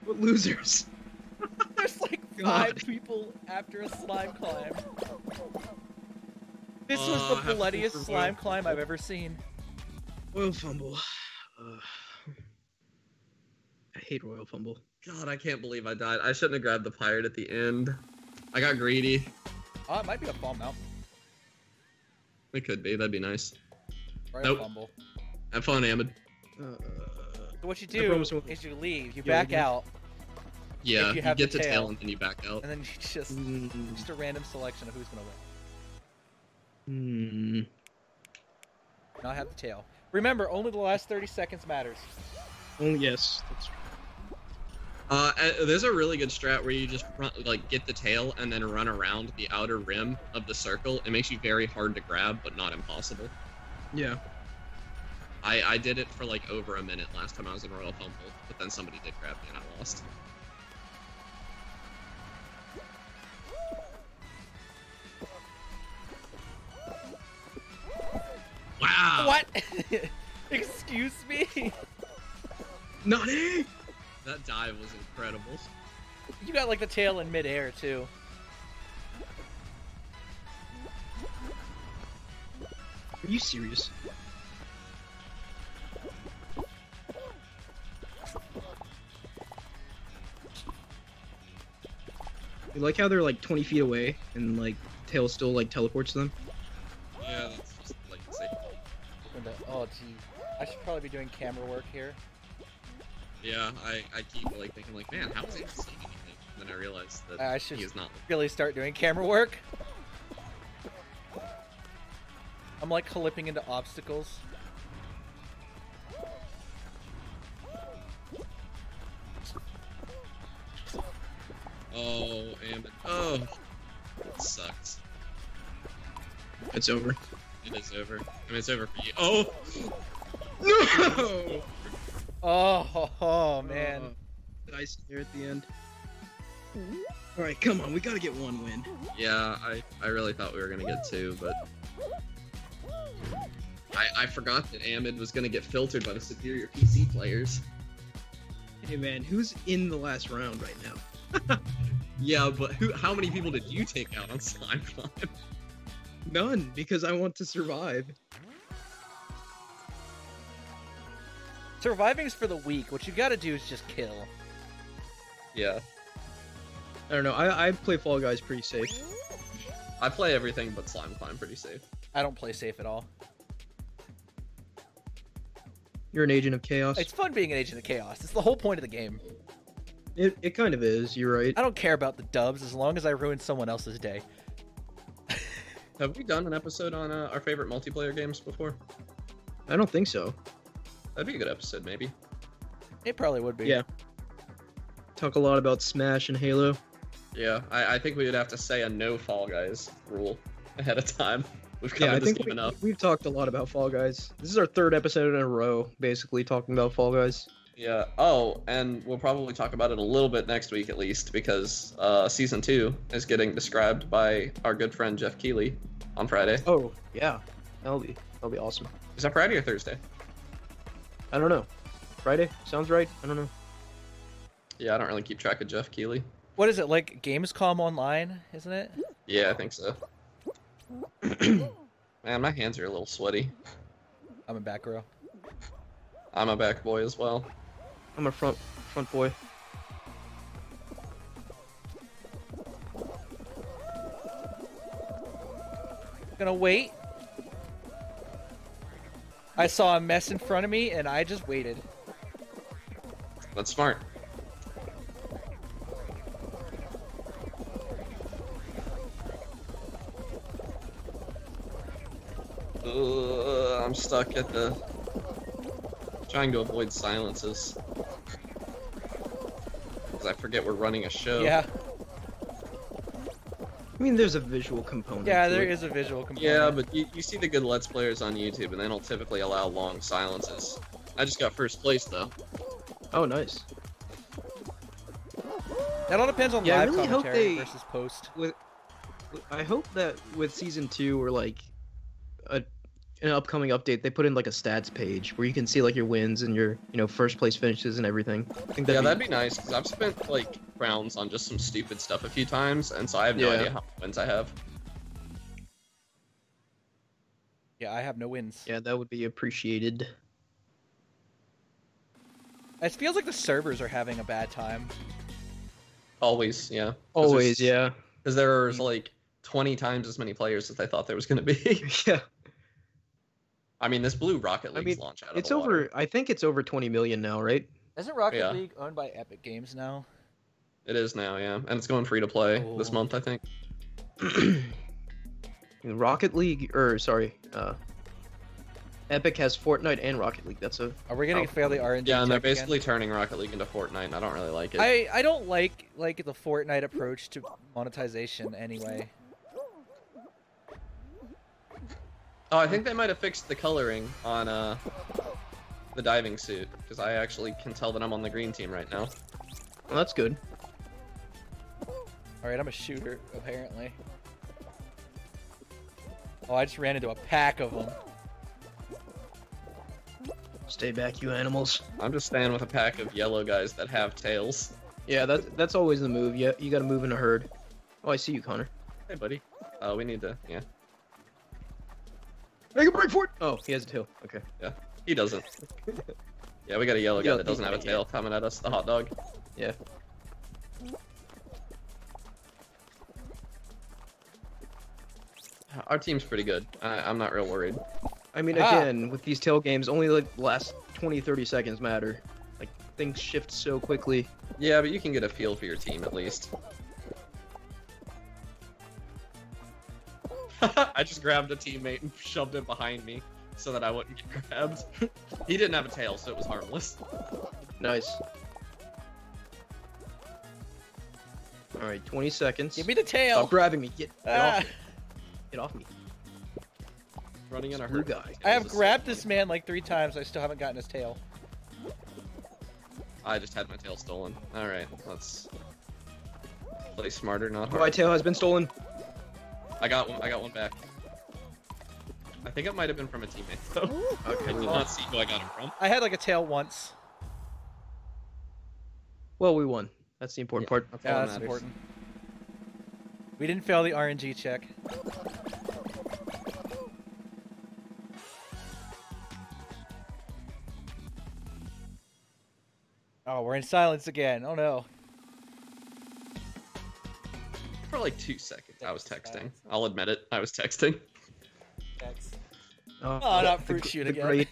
Speaker 1: What losers?
Speaker 3: There's like
Speaker 1: God.
Speaker 3: five people after a slime climb. This
Speaker 2: Uh,
Speaker 3: was
Speaker 2: I
Speaker 3: the
Speaker 2: have to
Speaker 3: bloodiest
Speaker 2: remove-
Speaker 3: slime climb I've ever seen.
Speaker 1: Royal Fumble. Uh, I hate Royal Fumble.
Speaker 2: God, I can't believe I died. I shouldn't have grabbed the pirate at the end. I got greedy.
Speaker 3: Oh, it might be a fall mount.
Speaker 2: It could be. That'd be nice.
Speaker 3: Or
Speaker 2: Nope.
Speaker 3: a fumble.
Speaker 2: Have fun, Amid.
Speaker 1: Uh,
Speaker 3: So what you
Speaker 1: I
Speaker 3: do
Speaker 1: promise I won't-
Speaker 3: is you leave, you
Speaker 1: Yeah,
Speaker 3: back
Speaker 1: you-
Speaker 3: out,
Speaker 2: Yeah,
Speaker 3: If you
Speaker 2: you,
Speaker 3: have
Speaker 2: get
Speaker 3: the
Speaker 2: to tail
Speaker 3: tail.
Speaker 2: and then you back out.
Speaker 3: and then you just
Speaker 1: mm,
Speaker 3: just a random selection of who's gonna win.
Speaker 1: mm.
Speaker 3: Not have the tail. Remember, only the last 30 seconds matters.
Speaker 1: Oh yes, that's
Speaker 2: Uh, uh, there's a really good strat where you just run, like get the tail and then run around the outer rim of the circle. It makes you very hard to grab, but not impossible.
Speaker 1: yeah.
Speaker 2: I, I did it for like over a minute last time I was in Royal Fumble, but then somebody did grab me and I lost. Wow!
Speaker 3: What? Excuse me?
Speaker 1: Nani?
Speaker 2: That dive was incredible.
Speaker 3: You got like the tail in midair too.
Speaker 1: Are you serious? You like how they're like 20 feet away and like tail still like teleports them?
Speaker 2: Yeah, that's just like sick.
Speaker 3: And, uh, Oh gee, I should probably be doing camera work here.
Speaker 2: Yeah, I, I keep like thinking like, man, how was I not seeing anything? And then I realized that
Speaker 3: I should-
Speaker 2: he is not.
Speaker 3: Really start doing camera work. I'm like clipping into obstacles.
Speaker 2: Oh, and oh, it sucks.
Speaker 1: It's over.
Speaker 2: It is over. I mean, it's over for you. Oh,
Speaker 1: No!
Speaker 3: Oh, ho, ho, man.
Speaker 1: Uh, dice there at the end. Alright, come on, we gotta get one win.
Speaker 2: yeah. I I really thought we were gonna get two, but I I forgot that Amid was gonna get filtered by the superior PC players.
Speaker 1: Hey man, who's in the last round right now?
Speaker 2: Yeah, but who? How many people did you take out on slime climb?
Speaker 1: None, because I want to survive.
Speaker 3: Surviving's for the weak. What you gotta do is just kill.
Speaker 2: Yeah,
Speaker 1: I don't know, I, I play Fall Guys pretty safe.
Speaker 2: I play everything but slime climb pretty safe.
Speaker 3: I don't play safe at all.
Speaker 1: You're an agent of chaos.
Speaker 3: It's fun being an agent of chaos. It's the whole point of the game.
Speaker 1: It, it kind of is, you're right.
Speaker 3: I don't care about the dubs as long as I ruin someone else's day.
Speaker 2: Have we done an episode on uh, our favorite multiplayer games before?
Speaker 1: I don't think so.
Speaker 2: That'd be a good episode, maybe.
Speaker 3: It probably would be.
Speaker 1: Yeah. Talk a lot about Smash and Halo.
Speaker 2: Yeah, I, I think we would have to say a no Fall Guys rule ahead of time. We've covered
Speaker 1: Yeah, I
Speaker 2: this
Speaker 1: think
Speaker 2: game
Speaker 1: we,
Speaker 2: enough.
Speaker 1: we've talked a lot about Fall Guys. This is our third episode in a row, basically, talking about Fall Guys.
Speaker 2: Yeah. Oh, and we'll probably talk about it a little bit next week at least, because uh, season two is getting described by our good friend Jeff Keeley on Friday.
Speaker 1: Oh, yeah. That'll be, that'll be awesome.
Speaker 2: Is that Friday or Thursday?
Speaker 1: I don't know. Friday? Sounds right? I don't know.
Speaker 2: Yeah, I don't really keep track of Jeff Keeley.
Speaker 3: What is it like? Gamescom Online, isn't it?
Speaker 2: Yeah, I think so. Man, my hands are a little sweaty.
Speaker 3: I'm in back row.
Speaker 2: I'm a back boy as well.
Speaker 1: I'm a front front boy.
Speaker 3: Gonna wait. I saw a mess in front of me and I just waited.
Speaker 2: That's smart. Ugh, I'm stuck at the. Trying to avoid silences. Because I forget we're running a show.
Speaker 3: Yeah.
Speaker 1: I mean, there's a visual component.
Speaker 3: Yeah,
Speaker 1: to
Speaker 3: there
Speaker 1: it.
Speaker 3: is a visual component.
Speaker 2: Yeah, but you, you see the good Let's Players on YouTube, and they don't typically allow long silences. I just got first place, though.
Speaker 1: Oh, nice.
Speaker 3: that all depends on
Speaker 1: Yeah, I
Speaker 3: live
Speaker 1: really hope
Speaker 3: commentary
Speaker 1: they-
Speaker 3: versus post.
Speaker 1: I hope that with season two or like a an upcoming update, they put in like a stats page where you can see like your wins and your you know first place finishes and everything. I think
Speaker 2: yeah,
Speaker 1: that'd
Speaker 2: that'd
Speaker 1: be,
Speaker 2: be nice, because I've spent, like, rounds on just some stupid stuff a few times, and so I have no
Speaker 1: Yeah.
Speaker 2: idea how many wins I have.
Speaker 3: Yeah, I have no wins.
Speaker 1: yeah, that would be appreciated.
Speaker 3: It feels like the servers are having a bad time.
Speaker 2: Always, yeah.
Speaker 1: Always, yeah,
Speaker 2: Because there was like 20 times as many players as I thought there was going to be.
Speaker 1: yeah.
Speaker 2: I mean, this blew Rocket
Speaker 1: I
Speaker 2: League's
Speaker 1: mean,
Speaker 2: launch out of
Speaker 1: It's
Speaker 2: the water.
Speaker 1: over. I think it's over 20 million now, right?
Speaker 3: Isn't Rocket
Speaker 2: Yeah.
Speaker 3: League owned by Epic Games now?
Speaker 2: It is now, yeah, and it's going free to play this
Speaker 3: Oh.
Speaker 2: month, I think.
Speaker 1: Rocket League, or sorry, uh, Epic has Fortnite and Rocket League. That's a
Speaker 3: Are we getting
Speaker 1: Oh.
Speaker 3: fairly RNG?
Speaker 2: Yeah, and they're
Speaker 3: tech again?
Speaker 2: basically turning Rocket League into Fortnite. and I don't really like it.
Speaker 3: I, I don't like like the Fortnite approach to monetization anyway.
Speaker 2: Oh, I think they might have fixed the coloring on uh the diving suit because I actually can tell that I'm on the green team right now.
Speaker 1: Well, that's good.
Speaker 3: All right, I'm a shooter apparently. Oh, I just ran into a pack of them.
Speaker 1: Stay back, you animals.
Speaker 2: I'm just staying with a pack of yellow guys that have tails.
Speaker 1: Yeah, that's that's always the move. Yeah, you got to move in a herd. Oh, I see you, Connor.
Speaker 2: Hey, buddy. Uh, we need to. Yeah,
Speaker 1: Make a break for it. Oh, he has a tail. Okay.
Speaker 2: he doesn't. yeah, we got a yellow guy
Speaker 1: Yeah,
Speaker 2: that doesn't have a
Speaker 1: yeah.
Speaker 2: tail coming at us. The hot dog. Our team's pretty good. I, I'm not real worried.
Speaker 1: I mean,
Speaker 3: Ah.
Speaker 1: again, with these tail games, only like the last 20, 30 seconds matter. Like things shift so quickly.
Speaker 2: Yeah, but you can get a feel for your team at least. I just grabbed a teammate and shoved him behind me so that I wouldn't get grabbed. he didn't have a tail, so it was harmless.
Speaker 1: Nice. All right, 20 seconds.
Speaker 3: Give me the
Speaker 1: Stop
Speaker 3: tail.
Speaker 1: grabbing me. Get, get
Speaker 3: Ah,
Speaker 1: off me. Get off me.
Speaker 2: Running in a
Speaker 1: Blue
Speaker 2: herd.
Speaker 1: guy.
Speaker 3: I have grabbed this man like three times. I still haven't gotten his tail.
Speaker 2: I just had my tail stolen. All right, let's play smarter, not
Speaker 1: My
Speaker 2: hard.
Speaker 1: tail has been stolen.
Speaker 2: I got one. I got one back. I think it might have been from a teammate. Though. I did
Speaker 1: Okay.
Speaker 2: not see who I got him from.
Speaker 3: I had like a tail once.
Speaker 1: Well, we won. That's the important part.
Speaker 2: That's all
Speaker 3: Yeah,
Speaker 2: that
Speaker 3: Uh, that's
Speaker 2: matters.
Speaker 3: important. We didn't fail the RNG check. Oh, we're in silence again. Oh no.
Speaker 2: For like two seconds, I was texting. I'll admit it. I was texting.
Speaker 5: Text.
Speaker 1: Uh,
Speaker 3: Oh, not
Speaker 1: the
Speaker 3: fruit
Speaker 1: gr-
Speaker 3: shoot
Speaker 1: the
Speaker 3: again.
Speaker 1: Great,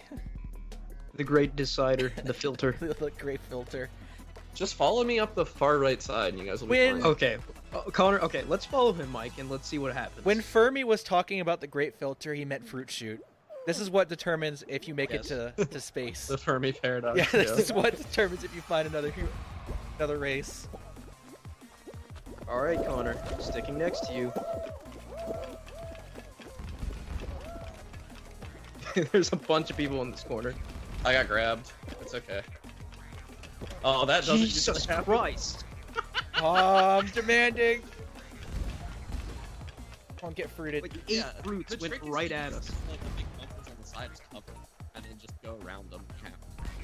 Speaker 1: the great decider, the filter.
Speaker 3: the the great filter.
Speaker 2: Just follow me up the far right side, and you guys will be
Speaker 3: When-
Speaker 2: fine.
Speaker 1: Okay, oh, Connor. Okay, let's follow him, Mike, and let's see what happens.
Speaker 3: When Fermi was talking about the great filter, he meant fruit shoot. This is what determines if you make
Speaker 2: Yes.
Speaker 3: it to, to
Speaker 1: Oh.
Speaker 3: space.
Speaker 2: The Fermi paradox.
Speaker 3: yeah, this
Speaker 2: Oh, yeah.
Speaker 3: is what determines if you find another hu- another race.
Speaker 1: All right, Connor, sticking next to you. There's a bunch of people in this corner.
Speaker 2: I got grabbed. It's okay. Oh, that doesn't
Speaker 1: Jesus
Speaker 2: usually happen.
Speaker 1: Christ!
Speaker 3: Calm, Um, demanding. Come on, get fruited.
Speaker 1: Like eight
Speaker 2: Yeah,
Speaker 1: brutes
Speaker 2: the
Speaker 1: went
Speaker 2: trick is
Speaker 1: right
Speaker 2: to
Speaker 1: at
Speaker 2: use,
Speaker 1: us.
Speaker 2: Like the big bumpers on the side as cover, and then just go around them.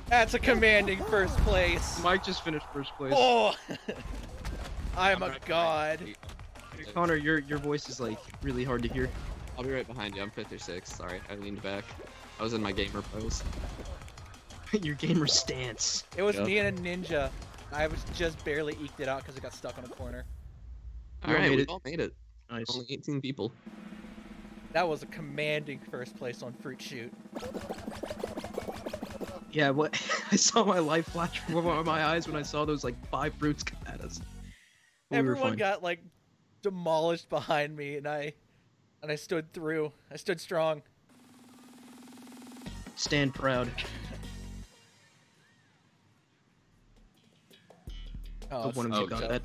Speaker 3: That's a commanding first place.
Speaker 1: Mike just finished first place.
Speaker 3: Oh, I'm
Speaker 1: Oh
Speaker 2: I'm
Speaker 3: a
Speaker 2: right behind
Speaker 3: god.
Speaker 2: you.
Speaker 1: Connor, your your voice is like really hard to hear.
Speaker 2: I'll be right behind you. I'm fifth or sixth. Sorry, I leaned back. I was in my gamer pose.
Speaker 1: your gamer stance.
Speaker 3: It was
Speaker 2: Yeah.
Speaker 3: me and a ninja. I was just barely eked it out because it got stuck on a corner.
Speaker 1: You all made
Speaker 2: we
Speaker 1: it.
Speaker 2: all made it.
Speaker 1: Nice.
Speaker 2: Only 18 people.
Speaker 3: That was a commanding first place on fruit shoot.
Speaker 1: Yeah, what I saw my life flash before my eyes when I saw those like five brutes come at us. But we were
Speaker 3: Everyone
Speaker 1: fine.
Speaker 3: got like demolished behind me, and I and I stood through. I stood strong.
Speaker 1: stand proud.
Speaker 3: Oh,
Speaker 1: Hope one of you
Speaker 2: so
Speaker 1: got
Speaker 2: dumb.
Speaker 1: that.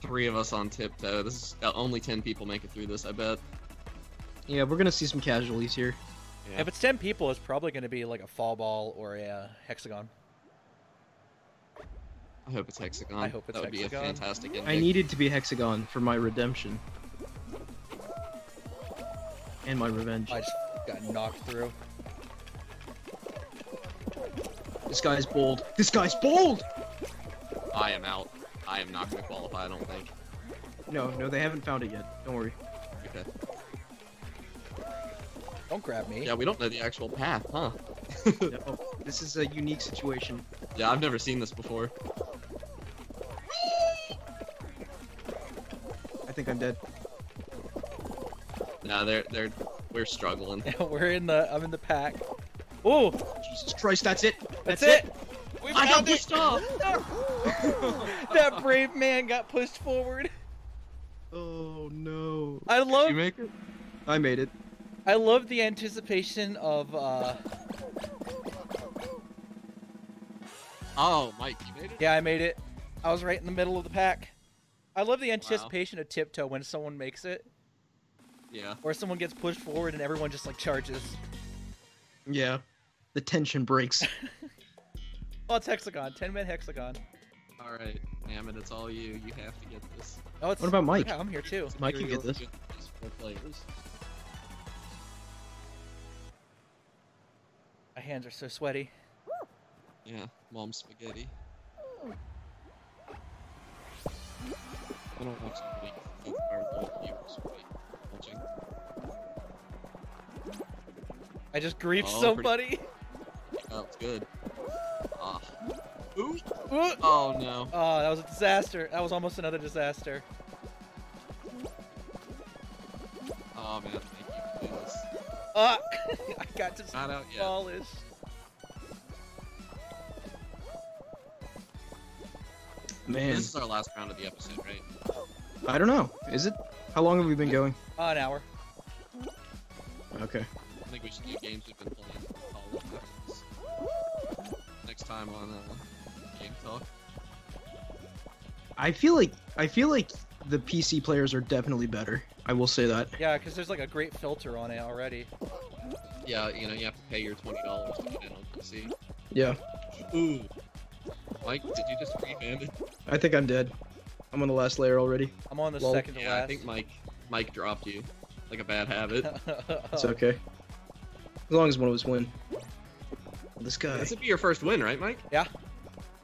Speaker 2: Three of us on tiptoe. This is uh, only 10 people make it through this. I bet.
Speaker 1: Yeah, we're gonna see some casualties here.
Speaker 2: Yeah.
Speaker 3: If it's ten people, it's probably going to be like a fall ball or a uh, hexagon.
Speaker 2: I hope it's hexagon.
Speaker 3: I hope it's
Speaker 2: that would
Speaker 3: hexagon.
Speaker 2: be a fantastic.
Speaker 1: I
Speaker 2: ending.
Speaker 1: needed to be hexagon for my redemption and my revenge.
Speaker 3: I just got knocked through.
Speaker 1: This guy's bold. This guy's bold.
Speaker 2: I am out. I am not going to qualify. I don't think.
Speaker 1: No, no, they haven't found it yet. Don't worry.
Speaker 2: Okay.
Speaker 3: Don't grab me.
Speaker 2: Yeah, we don't know the actual path, huh?
Speaker 1: No, oh, this is a unique situation.
Speaker 2: Yeah, I've never seen this before.
Speaker 1: I think I'm dead.
Speaker 2: No, they're they're we're struggling.
Speaker 3: We're in the. I'm in the pack. Oh,
Speaker 1: Jesus Christ, that's it.
Speaker 3: that's,
Speaker 1: That's,
Speaker 3: it. We
Speaker 2: I got
Speaker 3: found it.
Speaker 2: pushed off.
Speaker 3: that brave man got pushed forward.
Speaker 1: Oh no.
Speaker 3: I love.
Speaker 2: You make it?
Speaker 1: I made it.
Speaker 3: I love the anticipation of. uh
Speaker 2: Oh, Mike, you made it.
Speaker 3: Yeah, I made it. I was right in the middle of the pack. I love the anticipation of tiptoe when someone makes it
Speaker 2: Yeah.
Speaker 3: or someone gets pushed forward and everyone just like charges.
Speaker 1: Yeah. the tension breaks.
Speaker 3: Oh, it's hexagon. Ten minute hexagon.
Speaker 2: All right, damn it, it's all you. You have to get this.
Speaker 3: Oh, it's,
Speaker 1: What about Mike?
Speaker 3: Yeah, I'm here too.
Speaker 1: Mike can
Speaker 2: You're
Speaker 1: get this.
Speaker 2: only good at these four players.
Speaker 3: My hands are so sweaty.
Speaker 2: Yeah, mom spaghetti. I don't watch the link. That's our little viewers, right? Watching.
Speaker 3: I just griefed
Speaker 2: Oh,
Speaker 3: somebody.
Speaker 2: Oh, it's good. Ah. Ooh.
Speaker 3: Ooh.
Speaker 2: Oh no.
Speaker 3: Oh, that was a disaster. That was almost another disaster.
Speaker 2: Oh man, thank you for this.
Speaker 3: Ah, I got to
Speaker 2: Not out yet.
Speaker 3: demolished.
Speaker 1: Man,
Speaker 2: This is our last round of the episode, right?
Speaker 1: I don't know. Is it? How long have we been going?
Speaker 3: Oh, an hour.
Speaker 1: Okay.
Speaker 2: I think we should do games we've been playing. All of those. Next time on uh, Game Talk.
Speaker 1: I feel like I feel like the PC players are definitely better. I will say that.
Speaker 3: Yeah, because there's like a great filter on it already.
Speaker 2: Yeah, you know, you have to pay your twenty dollars to get in on PC.
Speaker 1: Yeah,
Speaker 2: Ooh. Mike, did you just revamp it?
Speaker 1: I think I'm dead. I'm on the last layer already.
Speaker 3: I'm on the
Speaker 1: Well,
Speaker 3: second to
Speaker 2: Yeah,
Speaker 3: last.
Speaker 2: I think Mike Mike dropped you. Like a bad habit.
Speaker 3: Oh.
Speaker 1: It's okay. As long as one of us win. This guy.
Speaker 2: this would be your first win, right, Mike?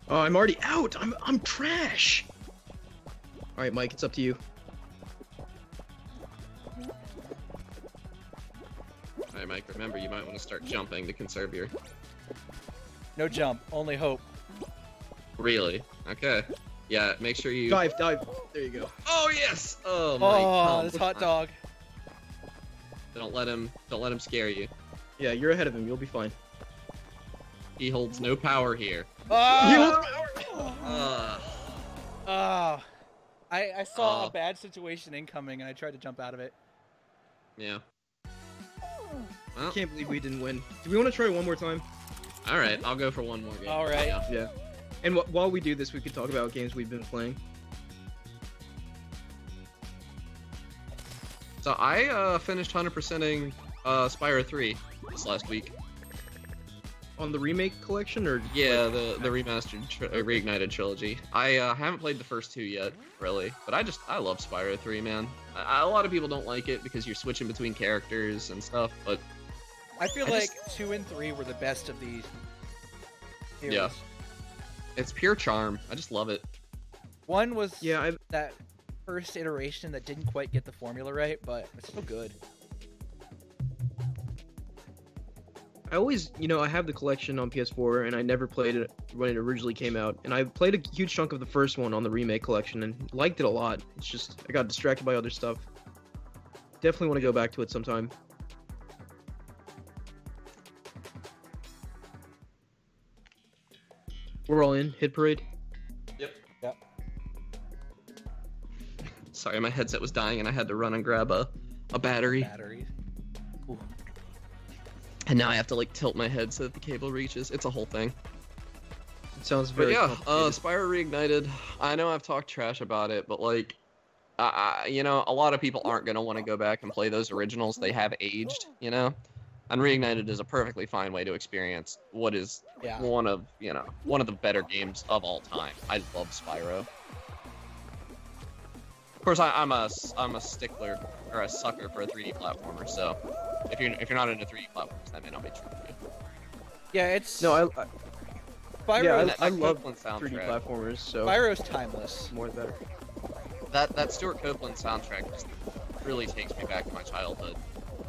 Speaker 1: Oh, I'm already out. I'm I'm trash. All right, Mike, it's up to you.
Speaker 2: Alright, Mike, remember you might want to start jumping to conserve your
Speaker 3: no jump, only hope.
Speaker 2: Really? Okay. Yeah, make sure you
Speaker 1: Dive, dive. There you go.
Speaker 2: Oh yes! Oh my
Speaker 3: Oh,
Speaker 2: oh,
Speaker 3: this hot dog.
Speaker 2: Don't let him don't let him scare you.
Speaker 1: Yeah, you're ahead of him. You'll be fine.
Speaker 2: He holds no power here.
Speaker 3: Oh,
Speaker 2: Uh,
Speaker 3: oh. I, I saw
Speaker 2: Oh.
Speaker 3: a bad situation incoming and I tried to jump out of it.
Speaker 2: yeah.
Speaker 1: I
Speaker 2: Well,
Speaker 1: can't believe we didn't win. Do we want to try one more time?
Speaker 2: alright, I'll go for one more game.
Speaker 3: All right.
Speaker 2: Yeah.
Speaker 1: And wh- while we do this, we could talk about games we've been playing.
Speaker 2: So I uh, finished 100%ing uh, Spyro 3 this last week.
Speaker 1: On the remake collection, or
Speaker 2: Yeah, the the remastered tr- uh, reignited trilogy. I uh, haven't played the first two yet, really, but I just I love Spyro 3, man. I, I- a lot of people don't like it because you're switching between characters and stuff, but
Speaker 3: I feel
Speaker 2: I
Speaker 3: like
Speaker 2: just-
Speaker 3: two and three were the best of these. series.
Speaker 2: Yeah. it's pure charm. I just love it.
Speaker 3: One was
Speaker 1: yeah, I've,
Speaker 3: that first iteration that didn't quite get the formula right, but it's still good.
Speaker 1: I always, you know, I have the collection on PS4, and I never played it when it originally came out. And I played a huge chunk of the first one on the remake collection and liked it a lot. It's just I got distracted by other stuff. Definitely want to go back to it sometime. We're all in hit parade.
Speaker 2: Sorry, my headset was dying and I had to run and grab a a battery,
Speaker 3: Batteries.
Speaker 2: and now I have to like tilt my head so that the cable reaches. It's a whole thing.
Speaker 1: It sounds
Speaker 2: But
Speaker 1: very.
Speaker 2: yeah, uh,
Speaker 1: complicated.
Speaker 2: Spyro Reignited. I know I've talked trash about it, but like, I, I, you know, a lot of people aren't gonna want to go back and play those originals. They have aged, you know. And Reignited is a perfectly fine way to experience what is
Speaker 3: Yeah.
Speaker 2: one of you know one of the better games of all time. I love Spyro. Of course, I, I'm a s- I'm a stickler or a sucker for 3D platformer. So if you're if you're not into 3D platforms, that may not be true for you.
Speaker 3: Yeah,
Speaker 2: uh,
Speaker 3: it's
Speaker 1: no, I, I
Speaker 3: Spyro.
Speaker 1: yeah,
Speaker 2: And
Speaker 1: I
Speaker 2: that
Speaker 1: love
Speaker 2: Copeland
Speaker 1: 3D
Speaker 2: soundtrack.
Speaker 1: platformers, so
Speaker 3: Spyro's timeless.
Speaker 1: more the better.
Speaker 2: that that Stuart Copeland soundtrack just really takes me back to my childhood,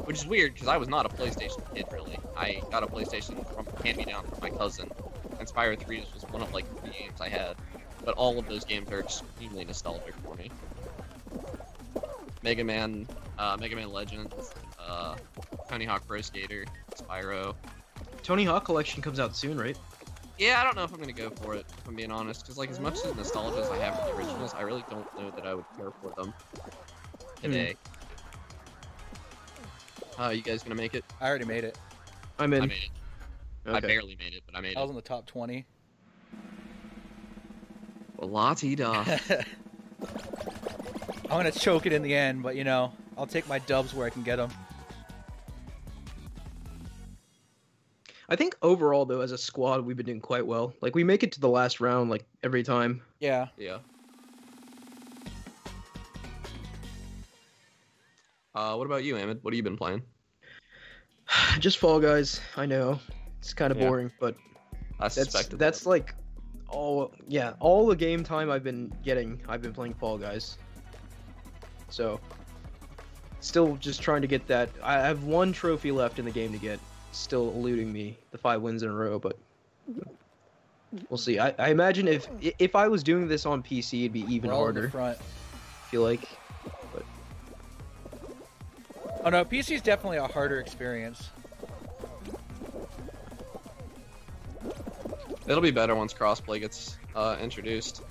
Speaker 2: which is weird because I was not a PlayStation kid really. I got a PlayStation from hand me down from my cousin, and Spyro 3 is just one of like the games I had. But all of those games are extremely nostalgic for me. Mega Man, uh, Mega Man Legends, uh, Tony Hawk Pro Skater, Spyro.
Speaker 1: Tony Hawk collection comes out soon, right?
Speaker 2: Yeah, I don't know if I'm gonna go for it. If I'm being honest, because like as much as nostalgia as I have for the originals, I really don't know that I would care for them
Speaker 1: Hmm.
Speaker 2: today. Uh, you guys gonna make it?
Speaker 3: I already made it.
Speaker 1: I'm in.
Speaker 2: I made it. I
Speaker 1: okay.
Speaker 2: barely made it, but I made
Speaker 3: I was
Speaker 2: it.
Speaker 3: in the top 20.
Speaker 2: Well, la ti da.
Speaker 3: I'm gonna choke it in the end, but you know, I'll take my dubs where I can get them.
Speaker 1: I think overall though, as a squad, we've been doing quite well. Like we make it to the last round like every time.
Speaker 3: Yeah.
Speaker 2: Yeah. Uh, what about you, Ahmed? What have you been playing?
Speaker 1: Just Fall Guys. I know it's kind of
Speaker 2: Yeah.
Speaker 1: boring, but
Speaker 2: I
Speaker 1: that's
Speaker 2: suspected
Speaker 1: that's
Speaker 2: that.
Speaker 1: like all yeah all the game time I've been getting. I've been playing Fall Guys. So still just trying to get that. I have one trophy left in the game to get. Still eluding me the five wins in a row, but we'll see. I, I imagine if if I was doing this on PC, it'd be even
Speaker 3: we're all in the
Speaker 1: harder.
Speaker 3: front.
Speaker 1: I feel like.
Speaker 3: Oh no, PC is definitely a harder experience.
Speaker 2: it'll be better once crossplay gets uh, introduced.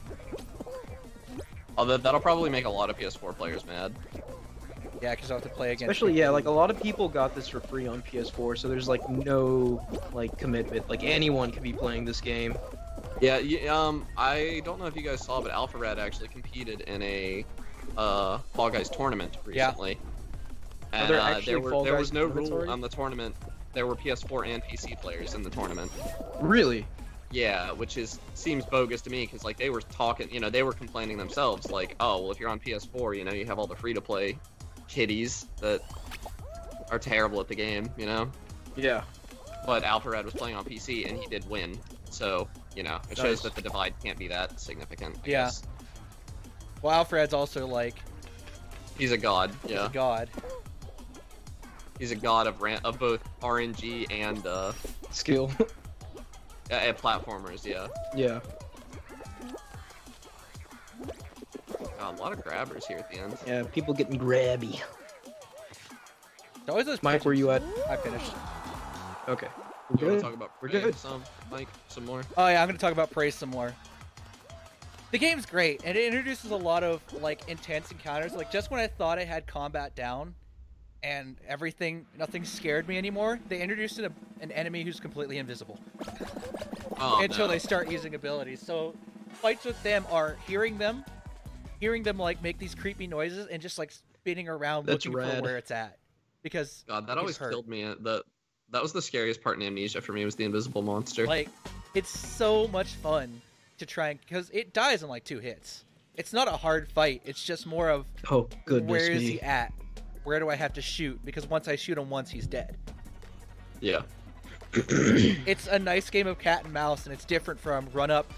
Speaker 2: Although that'll probably make a lot of PS4 players mad.
Speaker 3: Yeah, because I have to play again.
Speaker 1: Especially yeah, like a lot of people got this for free on PS4, so there's like no like commitment. Like anyone could be playing this game.
Speaker 2: Yeah, you, um, I don't know if you guys saw, but Alpha Red actually competed in a uh, Fall Guys tournament
Speaker 3: Yeah.
Speaker 2: recently.
Speaker 1: Are
Speaker 2: And,
Speaker 1: there
Speaker 2: uh,
Speaker 1: actually
Speaker 2: there, were,
Speaker 1: Fall
Speaker 2: there
Speaker 1: Guys
Speaker 2: was no
Speaker 1: tournaments
Speaker 2: rule
Speaker 1: already?
Speaker 2: on the tournament. There were PS4 and PC players in the tournament.
Speaker 1: Really?
Speaker 2: Yeah, which is seems bogus to me because like they were talking, you know, they were complaining themselves like, oh well, if you're on PS4, you know, you have all the free to play kiddies that are terrible at the game, you know.
Speaker 1: Yeah.
Speaker 2: But Alpharad was playing on PC and he did win, so you know it shows
Speaker 1: Nice.
Speaker 2: that the divide can't be that significant. I
Speaker 3: Yeah.
Speaker 2: guess.
Speaker 3: Well, Alfred's also like
Speaker 2: he's a god.
Speaker 3: he's
Speaker 2: Yeah,
Speaker 3: a god.
Speaker 2: he's a god of ran- of both RNG and uh,
Speaker 1: Skill.
Speaker 2: uh, uh, platformers. Yeah,
Speaker 1: yeah.
Speaker 2: God, Uh, a lot of grabbers here at the end.
Speaker 1: Yeah. People getting grabby.
Speaker 3: It's always those.
Speaker 1: Mike, where you at?
Speaker 3: I finished.
Speaker 1: Okay.
Speaker 2: You want to talk about
Speaker 1: We're
Speaker 2: Prey
Speaker 1: good.
Speaker 2: some Mike some more?
Speaker 3: Oh yeah, I'm gonna talk about praise some more. The game's great, and it introduces a lot of like intense encounters. Like just when I thought I had combat down, and everything, nothing scared me anymore, they introduced an, an enemy who's completely invisible
Speaker 2: Oh,
Speaker 3: until
Speaker 2: no.
Speaker 3: they start using abilities. So fights with them are hearing them, hearing them like make these creepy noises, and just like spinning around
Speaker 1: That's
Speaker 3: looking for
Speaker 1: rad.
Speaker 3: where it's at. Because
Speaker 2: God, that
Speaker 3: It
Speaker 2: always
Speaker 3: hurt.
Speaker 2: killed me. uh, The that was the scariest part in Amnesia for me was the invisible monster.
Speaker 3: Like, it's so much fun to try and because it dies in like two hits. It's not a hard fight. It's just more of
Speaker 1: Oh goodness
Speaker 3: where is
Speaker 1: me.
Speaker 3: he at? Where do I have to shoot? Because once I shoot him once, he's dead.
Speaker 2: yeah,
Speaker 3: It's a nice game of cat and mouse, and it's different from run up,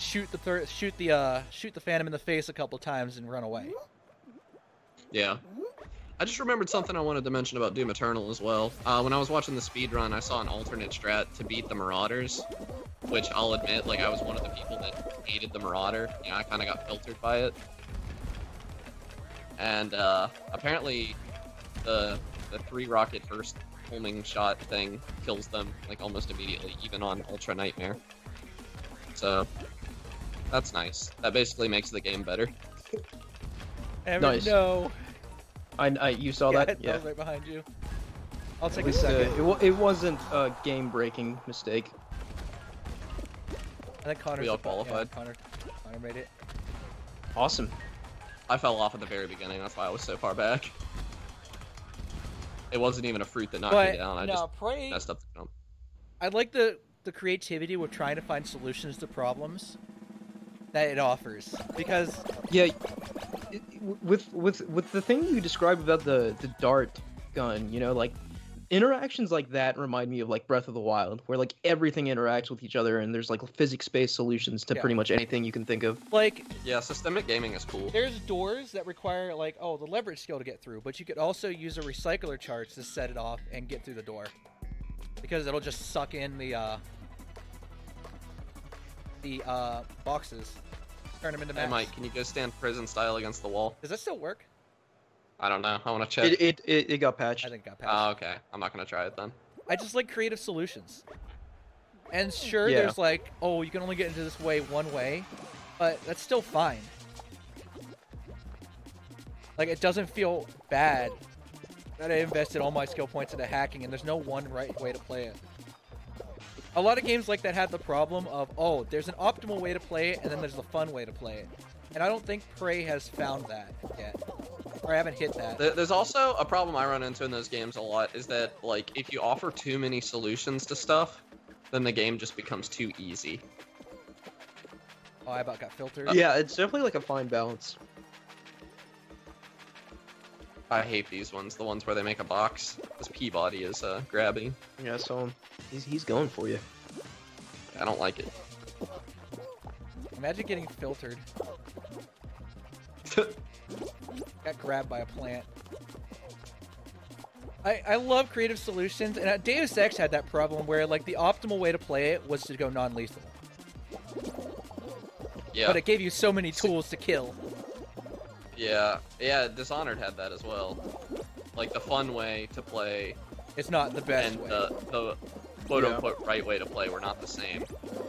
Speaker 3: shoot the thir- shoot the uh, shoot the phantom in the face a couple times and run away.
Speaker 2: yeah. I just remembered something I wanted to mention about Doom Eternal as well. Uh, when I was watching the speed run, I saw an alternate strat to beat the Marauders, which I'll admit, like I was one of the people that hated the Marauder. You know, I kind of got filtered by it. And uh, apparently, the the three rocket burst homing shot thing kills them like almost immediately, even on Ultra Nightmare. So that's nice. That basically makes the game better.
Speaker 3: Evan,
Speaker 1: Nice.
Speaker 3: No,
Speaker 1: I, I you saw
Speaker 3: yeah,
Speaker 1: that?
Speaker 3: I
Speaker 1: Yeah.
Speaker 3: was right behind you. I'll
Speaker 1: At
Speaker 3: take a
Speaker 1: least, uh,
Speaker 3: second.
Speaker 1: it, wa- it wasn't a game breaking mistake.
Speaker 3: I think Connor's
Speaker 2: we all
Speaker 3: the- yeah,
Speaker 2: qualified.
Speaker 3: Connor, Connor made it.
Speaker 1: Awesome.
Speaker 2: I fell off at the very beginning. That's why I was so far back. It wasn't even a fruit
Speaker 1: Ah,
Speaker 2: that knocked
Speaker 3: but
Speaker 2: me down. I
Speaker 3: no,
Speaker 2: just
Speaker 3: Prey-
Speaker 2: messed up the jump.
Speaker 3: I like the the creativity with trying to find solutions to problems that it offers because
Speaker 1: Yeah. it- With with with the thing you described about the the dart gun, you know, like interactions like that remind me of like Breath of the Wild, where like everything interacts with each other, and there's like physics based solutions to
Speaker 3: Yeah.
Speaker 1: pretty much anything you can think of.
Speaker 3: like
Speaker 2: Yeah, systemic gaming is cool.
Speaker 3: there's doors that require like oh the leverage skill to get through but you could also use a recycler charge to set it off and get through the door because it'll just suck in the uh the uh boxes turn them into
Speaker 2: Hey,
Speaker 3: mats.
Speaker 2: Mike, can you go stand prison style against the wall?
Speaker 3: does that still work
Speaker 2: I don't know. I want to check.
Speaker 1: It it, it, it got patched.
Speaker 3: i think it got passed
Speaker 2: oh, okay. I'm not gonna try it then.
Speaker 3: I just like creative solutions. And sure,
Speaker 1: Yeah.
Speaker 3: there's like, oh, you can only get into this way one way, but that's still fine. Like, it doesn't feel bad that I invested all my skill points into hacking, and there's no one right way to play it. A lot of games like that have the problem of, oh, there's an optimal way to play it, and then there's the fun way to play it. And I don't think Prey has found that yet. or I haven't hit that.
Speaker 2: There- There's also a problem I run into in those games a lot is that like if you offer too many solutions to stuff, then the game just becomes too easy.
Speaker 3: Oh, I about got filtered.
Speaker 1: yeah, it's definitely like a fine balance.
Speaker 2: I hate these ones, the ones where they make a box. This Peabody is uh, grabby.
Speaker 1: Yeah, so he's he's going for you.
Speaker 2: I don't like it.
Speaker 3: Imagine getting filtered. Got grabbed by a plant. I, I love creative solutions, and uh, Deus Ex had that problem where like the optimal way to play it was to go non-lethal,
Speaker 2: yeah,
Speaker 3: but it gave you so many tools to kill.
Speaker 2: yeah, yeah. Dishonored had that as well. Like the fun way to play
Speaker 3: It's not the best
Speaker 2: and uh,
Speaker 3: way.
Speaker 2: the the quote unquote right way to play were not the same.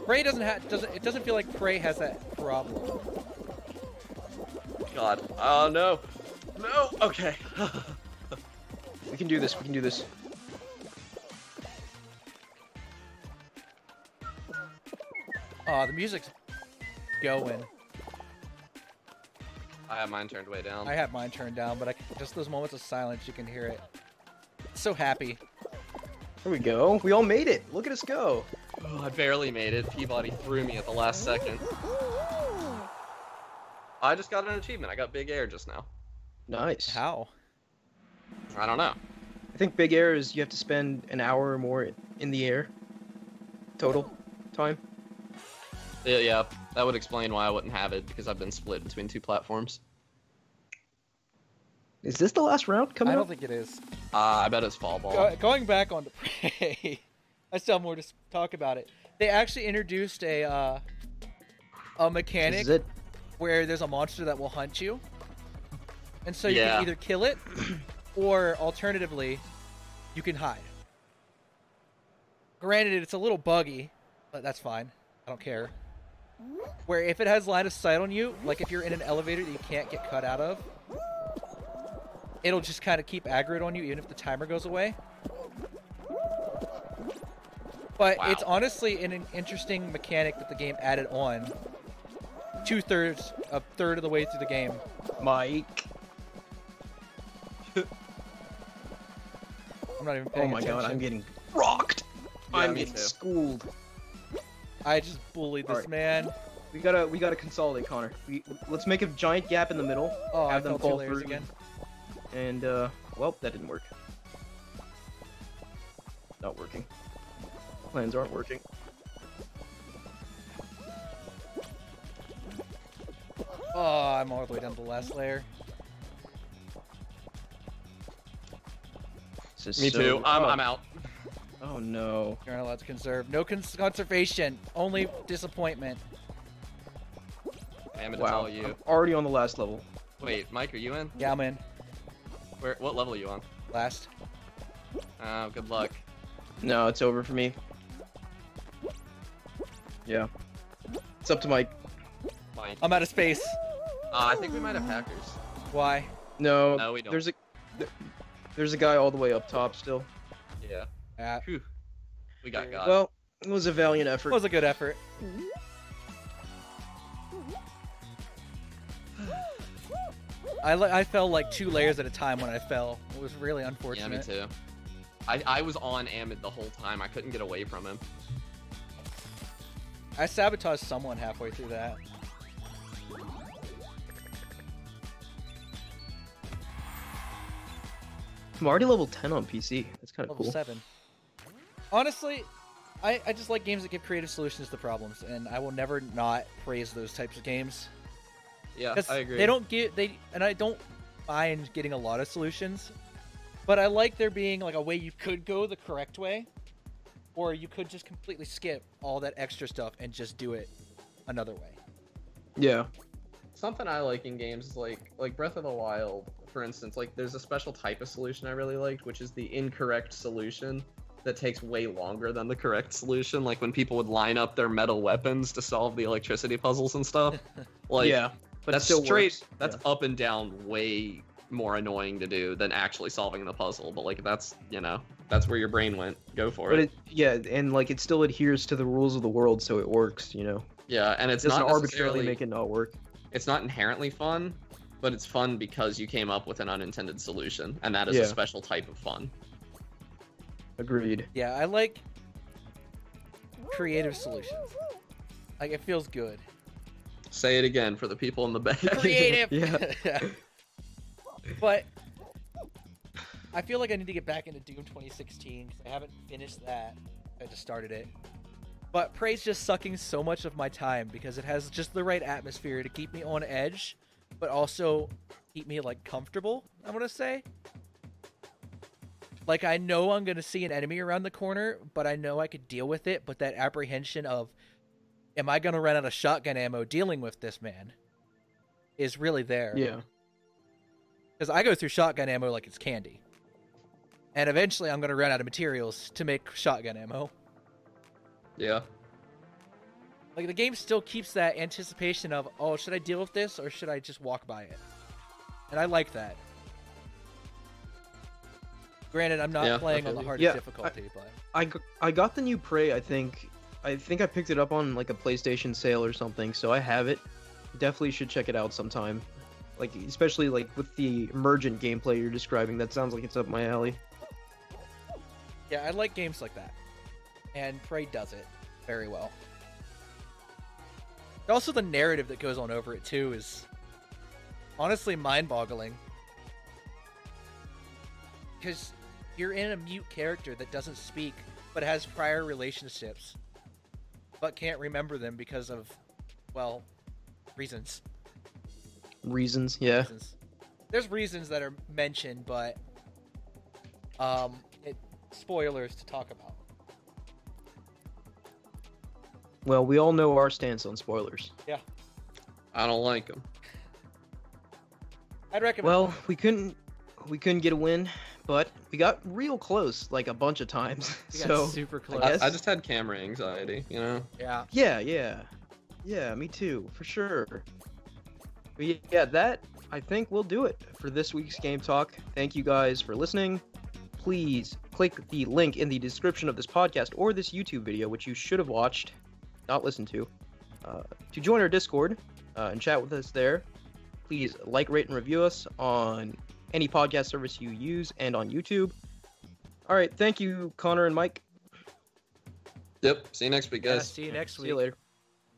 Speaker 3: Prey doesn't have doesn't it doesn't feel like Prey has that problem.
Speaker 2: God, oh no, no. Okay,
Speaker 1: We can do this. We can do this.
Speaker 3: Oh, the music's going.
Speaker 2: I have mine turned way down.
Speaker 3: I have mine turned down, but I can, just those moments of silence you can hear it. So happy.
Speaker 1: There we go. We all made it. Look at us go.
Speaker 2: Oh, I barely made it. Peabody threw me at the last second. I just got an achievement. I got Big Air just now.
Speaker 1: Nice.
Speaker 3: How?
Speaker 2: I don't know.
Speaker 1: I think big air is you have to spend an hour or more in the air. Total time.
Speaker 2: Yeah, yeah, that would explain why I wouldn't have it because I've been split between two platforms.
Speaker 1: Is this the last round
Speaker 3: I
Speaker 1: coming
Speaker 3: don't
Speaker 1: up?
Speaker 3: think it is.
Speaker 2: Uh, I bet it's fall ball.
Speaker 3: Go- going back on to Prey, I still have more to s- talk about it. They actually introduced a uh, a
Speaker 1: This
Speaker 3: mechanic
Speaker 1: is it.
Speaker 3: where there's a monster that will hunt you, and so you
Speaker 2: Yeah.
Speaker 3: can either kill it, or alternatively, you can hide. Granted, it's a little buggy, but that's fine. I don't care. Where if it has line of sight on you, like if you're in an elevator that you can't get cut out of, it'll just kind of keep aggro on you even if the timer goes away. But
Speaker 2: Wow.
Speaker 3: it's honestly an, an interesting mechanic that the game added on two thirds, a third of the way through the game.
Speaker 1: Mike.
Speaker 3: I'm not even
Speaker 1: Oh
Speaker 3: paying
Speaker 1: my god, I'm
Speaker 3: attention.
Speaker 1: getting rocked.
Speaker 2: Yeah,
Speaker 1: I'm
Speaker 2: me
Speaker 1: getting
Speaker 2: too.
Speaker 1: schooled.
Speaker 3: I just bullied this
Speaker 1: Alright.
Speaker 3: man.
Speaker 1: We gotta we gotta consolidate, Connor. We let's make a giant gap in the middle.
Speaker 3: Oh, I
Speaker 1: have them
Speaker 3: fell two
Speaker 1: fall
Speaker 3: layers
Speaker 1: through.
Speaker 3: again.
Speaker 1: And uh well, that didn't work. Not working. Plans aren't working.
Speaker 3: Oh, I'm all the way down to the last layer.
Speaker 1: This is
Speaker 2: Me
Speaker 1: so-
Speaker 2: too. I'm,
Speaker 1: oh,
Speaker 2: I'm out.
Speaker 1: Oh no.
Speaker 3: You're not allowed to conserve. No cons- conservation. Only disappointment.
Speaker 2: Damn it, it's
Speaker 1: Wow.
Speaker 2: all you.
Speaker 1: I'm already on the last level.
Speaker 2: Wait, Mike, are you in?
Speaker 3: Yeah, I'm in.
Speaker 2: Where? What level are you on?
Speaker 3: Last.
Speaker 2: Oh, good luck.
Speaker 1: No, it's over for me. Yeah. It's up to Mike.
Speaker 2: Mike. Uh,
Speaker 3: I'm out of space.
Speaker 2: I think we might have hackers.
Speaker 3: Why?
Speaker 1: No,
Speaker 2: No, we don't.
Speaker 1: there's a th- there's a guy all the way up top still.
Speaker 2: Yeah.
Speaker 3: Ah,
Speaker 2: Phew. We got God.
Speaker 1: Well, it was a valiant effort.
Speaker 3: was a good effort. I, li- I fell like two layers at a time when I fell. It was really
Speaker 2: yeah, me
Speaker 3: unfortunate.
Speaker 2: too. I, I was on Amid the whole time. I couldn't get away from him.
Speaker 3: I sabotaged someone halfway through that.
Speaker 1: I'm already level 10 on PC. That's kind of
Speaker 3: Level
Speaker 1: cool.
Speaker 3: seven. Honestly, I, I just like games that give creative solutions to problems, and I will never not praise those types of games.
Speaker 2: Yeah,
Speaker 3: 'Cause
Speaker 2: I agree.
Speaker 3: They don't get they, and I don't mind getting a lot of solutions, but I like there being like a way you could go the correct way, or you could just completely skip all that extra stuff and just do it another way.
Speaker 1: Yeah.
Speaker 2: something I like in games is like like Breath of the Wild, for instance, like there's a special type of solution I really liked, which is the incorrect solution that takes way longer than the correct solution. Like when people would line up their metal weapons to solve the electricity puzzles and stuff. Like
Speaker 1: yeah. But
Speaker 2: that's
Speaker 1: it still
Speaker 2: straight
Speaker 1: works.
Speaker 2: that's up and down way more annoying to do than actually solving the puzzle. But like that's you know, that's where your brain went. Go for
Speaker 1: But
Speaker 2: it.
Speaker 1: it, yeah, and like it still adheres to the rules of the world, so it works. You know,
Speaker 2: Yeah, and it's
Speaker 1: it doesn't
Speaker 2: not
Speaker 1: arbitrarily
Speaker 2: necessarily-
Speaker 1: make it not work.
Speaker 2: it's not inherently fun, but it's fun because you came up with an unintended solution, and that is
Speaker 1: Yeah.
Speaker 2: a special type of fun.
Speaker 1: Agreed.
Speaker 3: Yeah, I like creative solutions. Like it feels good.
Speaker 2: Say it again for the people in the back.
Speaker 3: Creative.
Speaker 1: Yeah.
Speaker 3: but I feel like I need to get back into Doom 2016 because I haven't finished that. I just started it. But Prey's just sucking so much of my time because it has just the right atmosphere to keep me on edge, but also keep me like comfortable. I'm gonna say. Like I know I'm gonna see an enemy around the corner, but I know I could deal with it. But that apprehension of, am I gonna run out of shotgun ammo dealing with this man, is really there
Speaker 1: Yeah.
Speaker 3: because I go through shotgun ammo like it's candy. And eventually, I'm gonna run out of materials to make shotgun ammo.
Speaker 2: yeah.
Speaker 3: Like the game still keeps that anticipation of, oh, should I deal with this or should I just walk by it? And I like that. Granted, I'm not
Speaker 2: Yeah, I
Speaker 3: playing
Speaker 2: feel
Speaker 3: on the
Speaker 2: you.
Speaker 3: hardest
Speaker 1: Yeah, I-
Speaker 3: difficulty, but
Speaker 1: I, g- I got the new Prey. I think I think I picked it up on like a PlayStation sale or something, so I have it. Definitely should check it out sometime. Like especially like with the emergent gameplay you're describing, that sounds like it's up my alley.
Speaker 3: yeah, I like games like that. And Prey does it very well. Also, the narrative that goes on over it too is honestly mind-boggling. Because you're in a mute character that doesn't speak, but has prior relationships, but can't remember them because of, well, reasons
Speaker 1: Reasons, yeah.
Speaker 3: reasons. There's reasons that are mentioned, but um, it spoilers to talk about.
Speaker 1: Well, we all know our stance on spoilers.
Speaker 2: I don't like them.
Speaker 3: I'd recommend.
Speaker 1: Well, we couldn't we couldn't get a win, but we got real close like a bunch of times.
Speaker 3: we got
Speaker 1: so
Speaker 3: super close.
Speaker 1: guess-
Speaker 2: I, I just had camera anxiety, you know.
Speaker 3: Yeah,
Speaker 1: Yeah, yeah. Yeah, me too, for sure. But y- yeah, that I think will do it for this week's game talk. Thank you guys for listening. Please click the link in the description of this podcast or this YouTube video, which you should have watched, not listened to, uh, to join our Discord uh, and chat with us there. Please like, rate, and review us on any podcast service you use and on YouTube. All right, thank you, Connor and Mike.
Speaker 2: Yep. See you next week,
Speaker 3: yeah.
Speaker 2: guys.
Speaker 3: See you next
Speaker 1: See
Speaker 3: week.
Speaker 1: you later.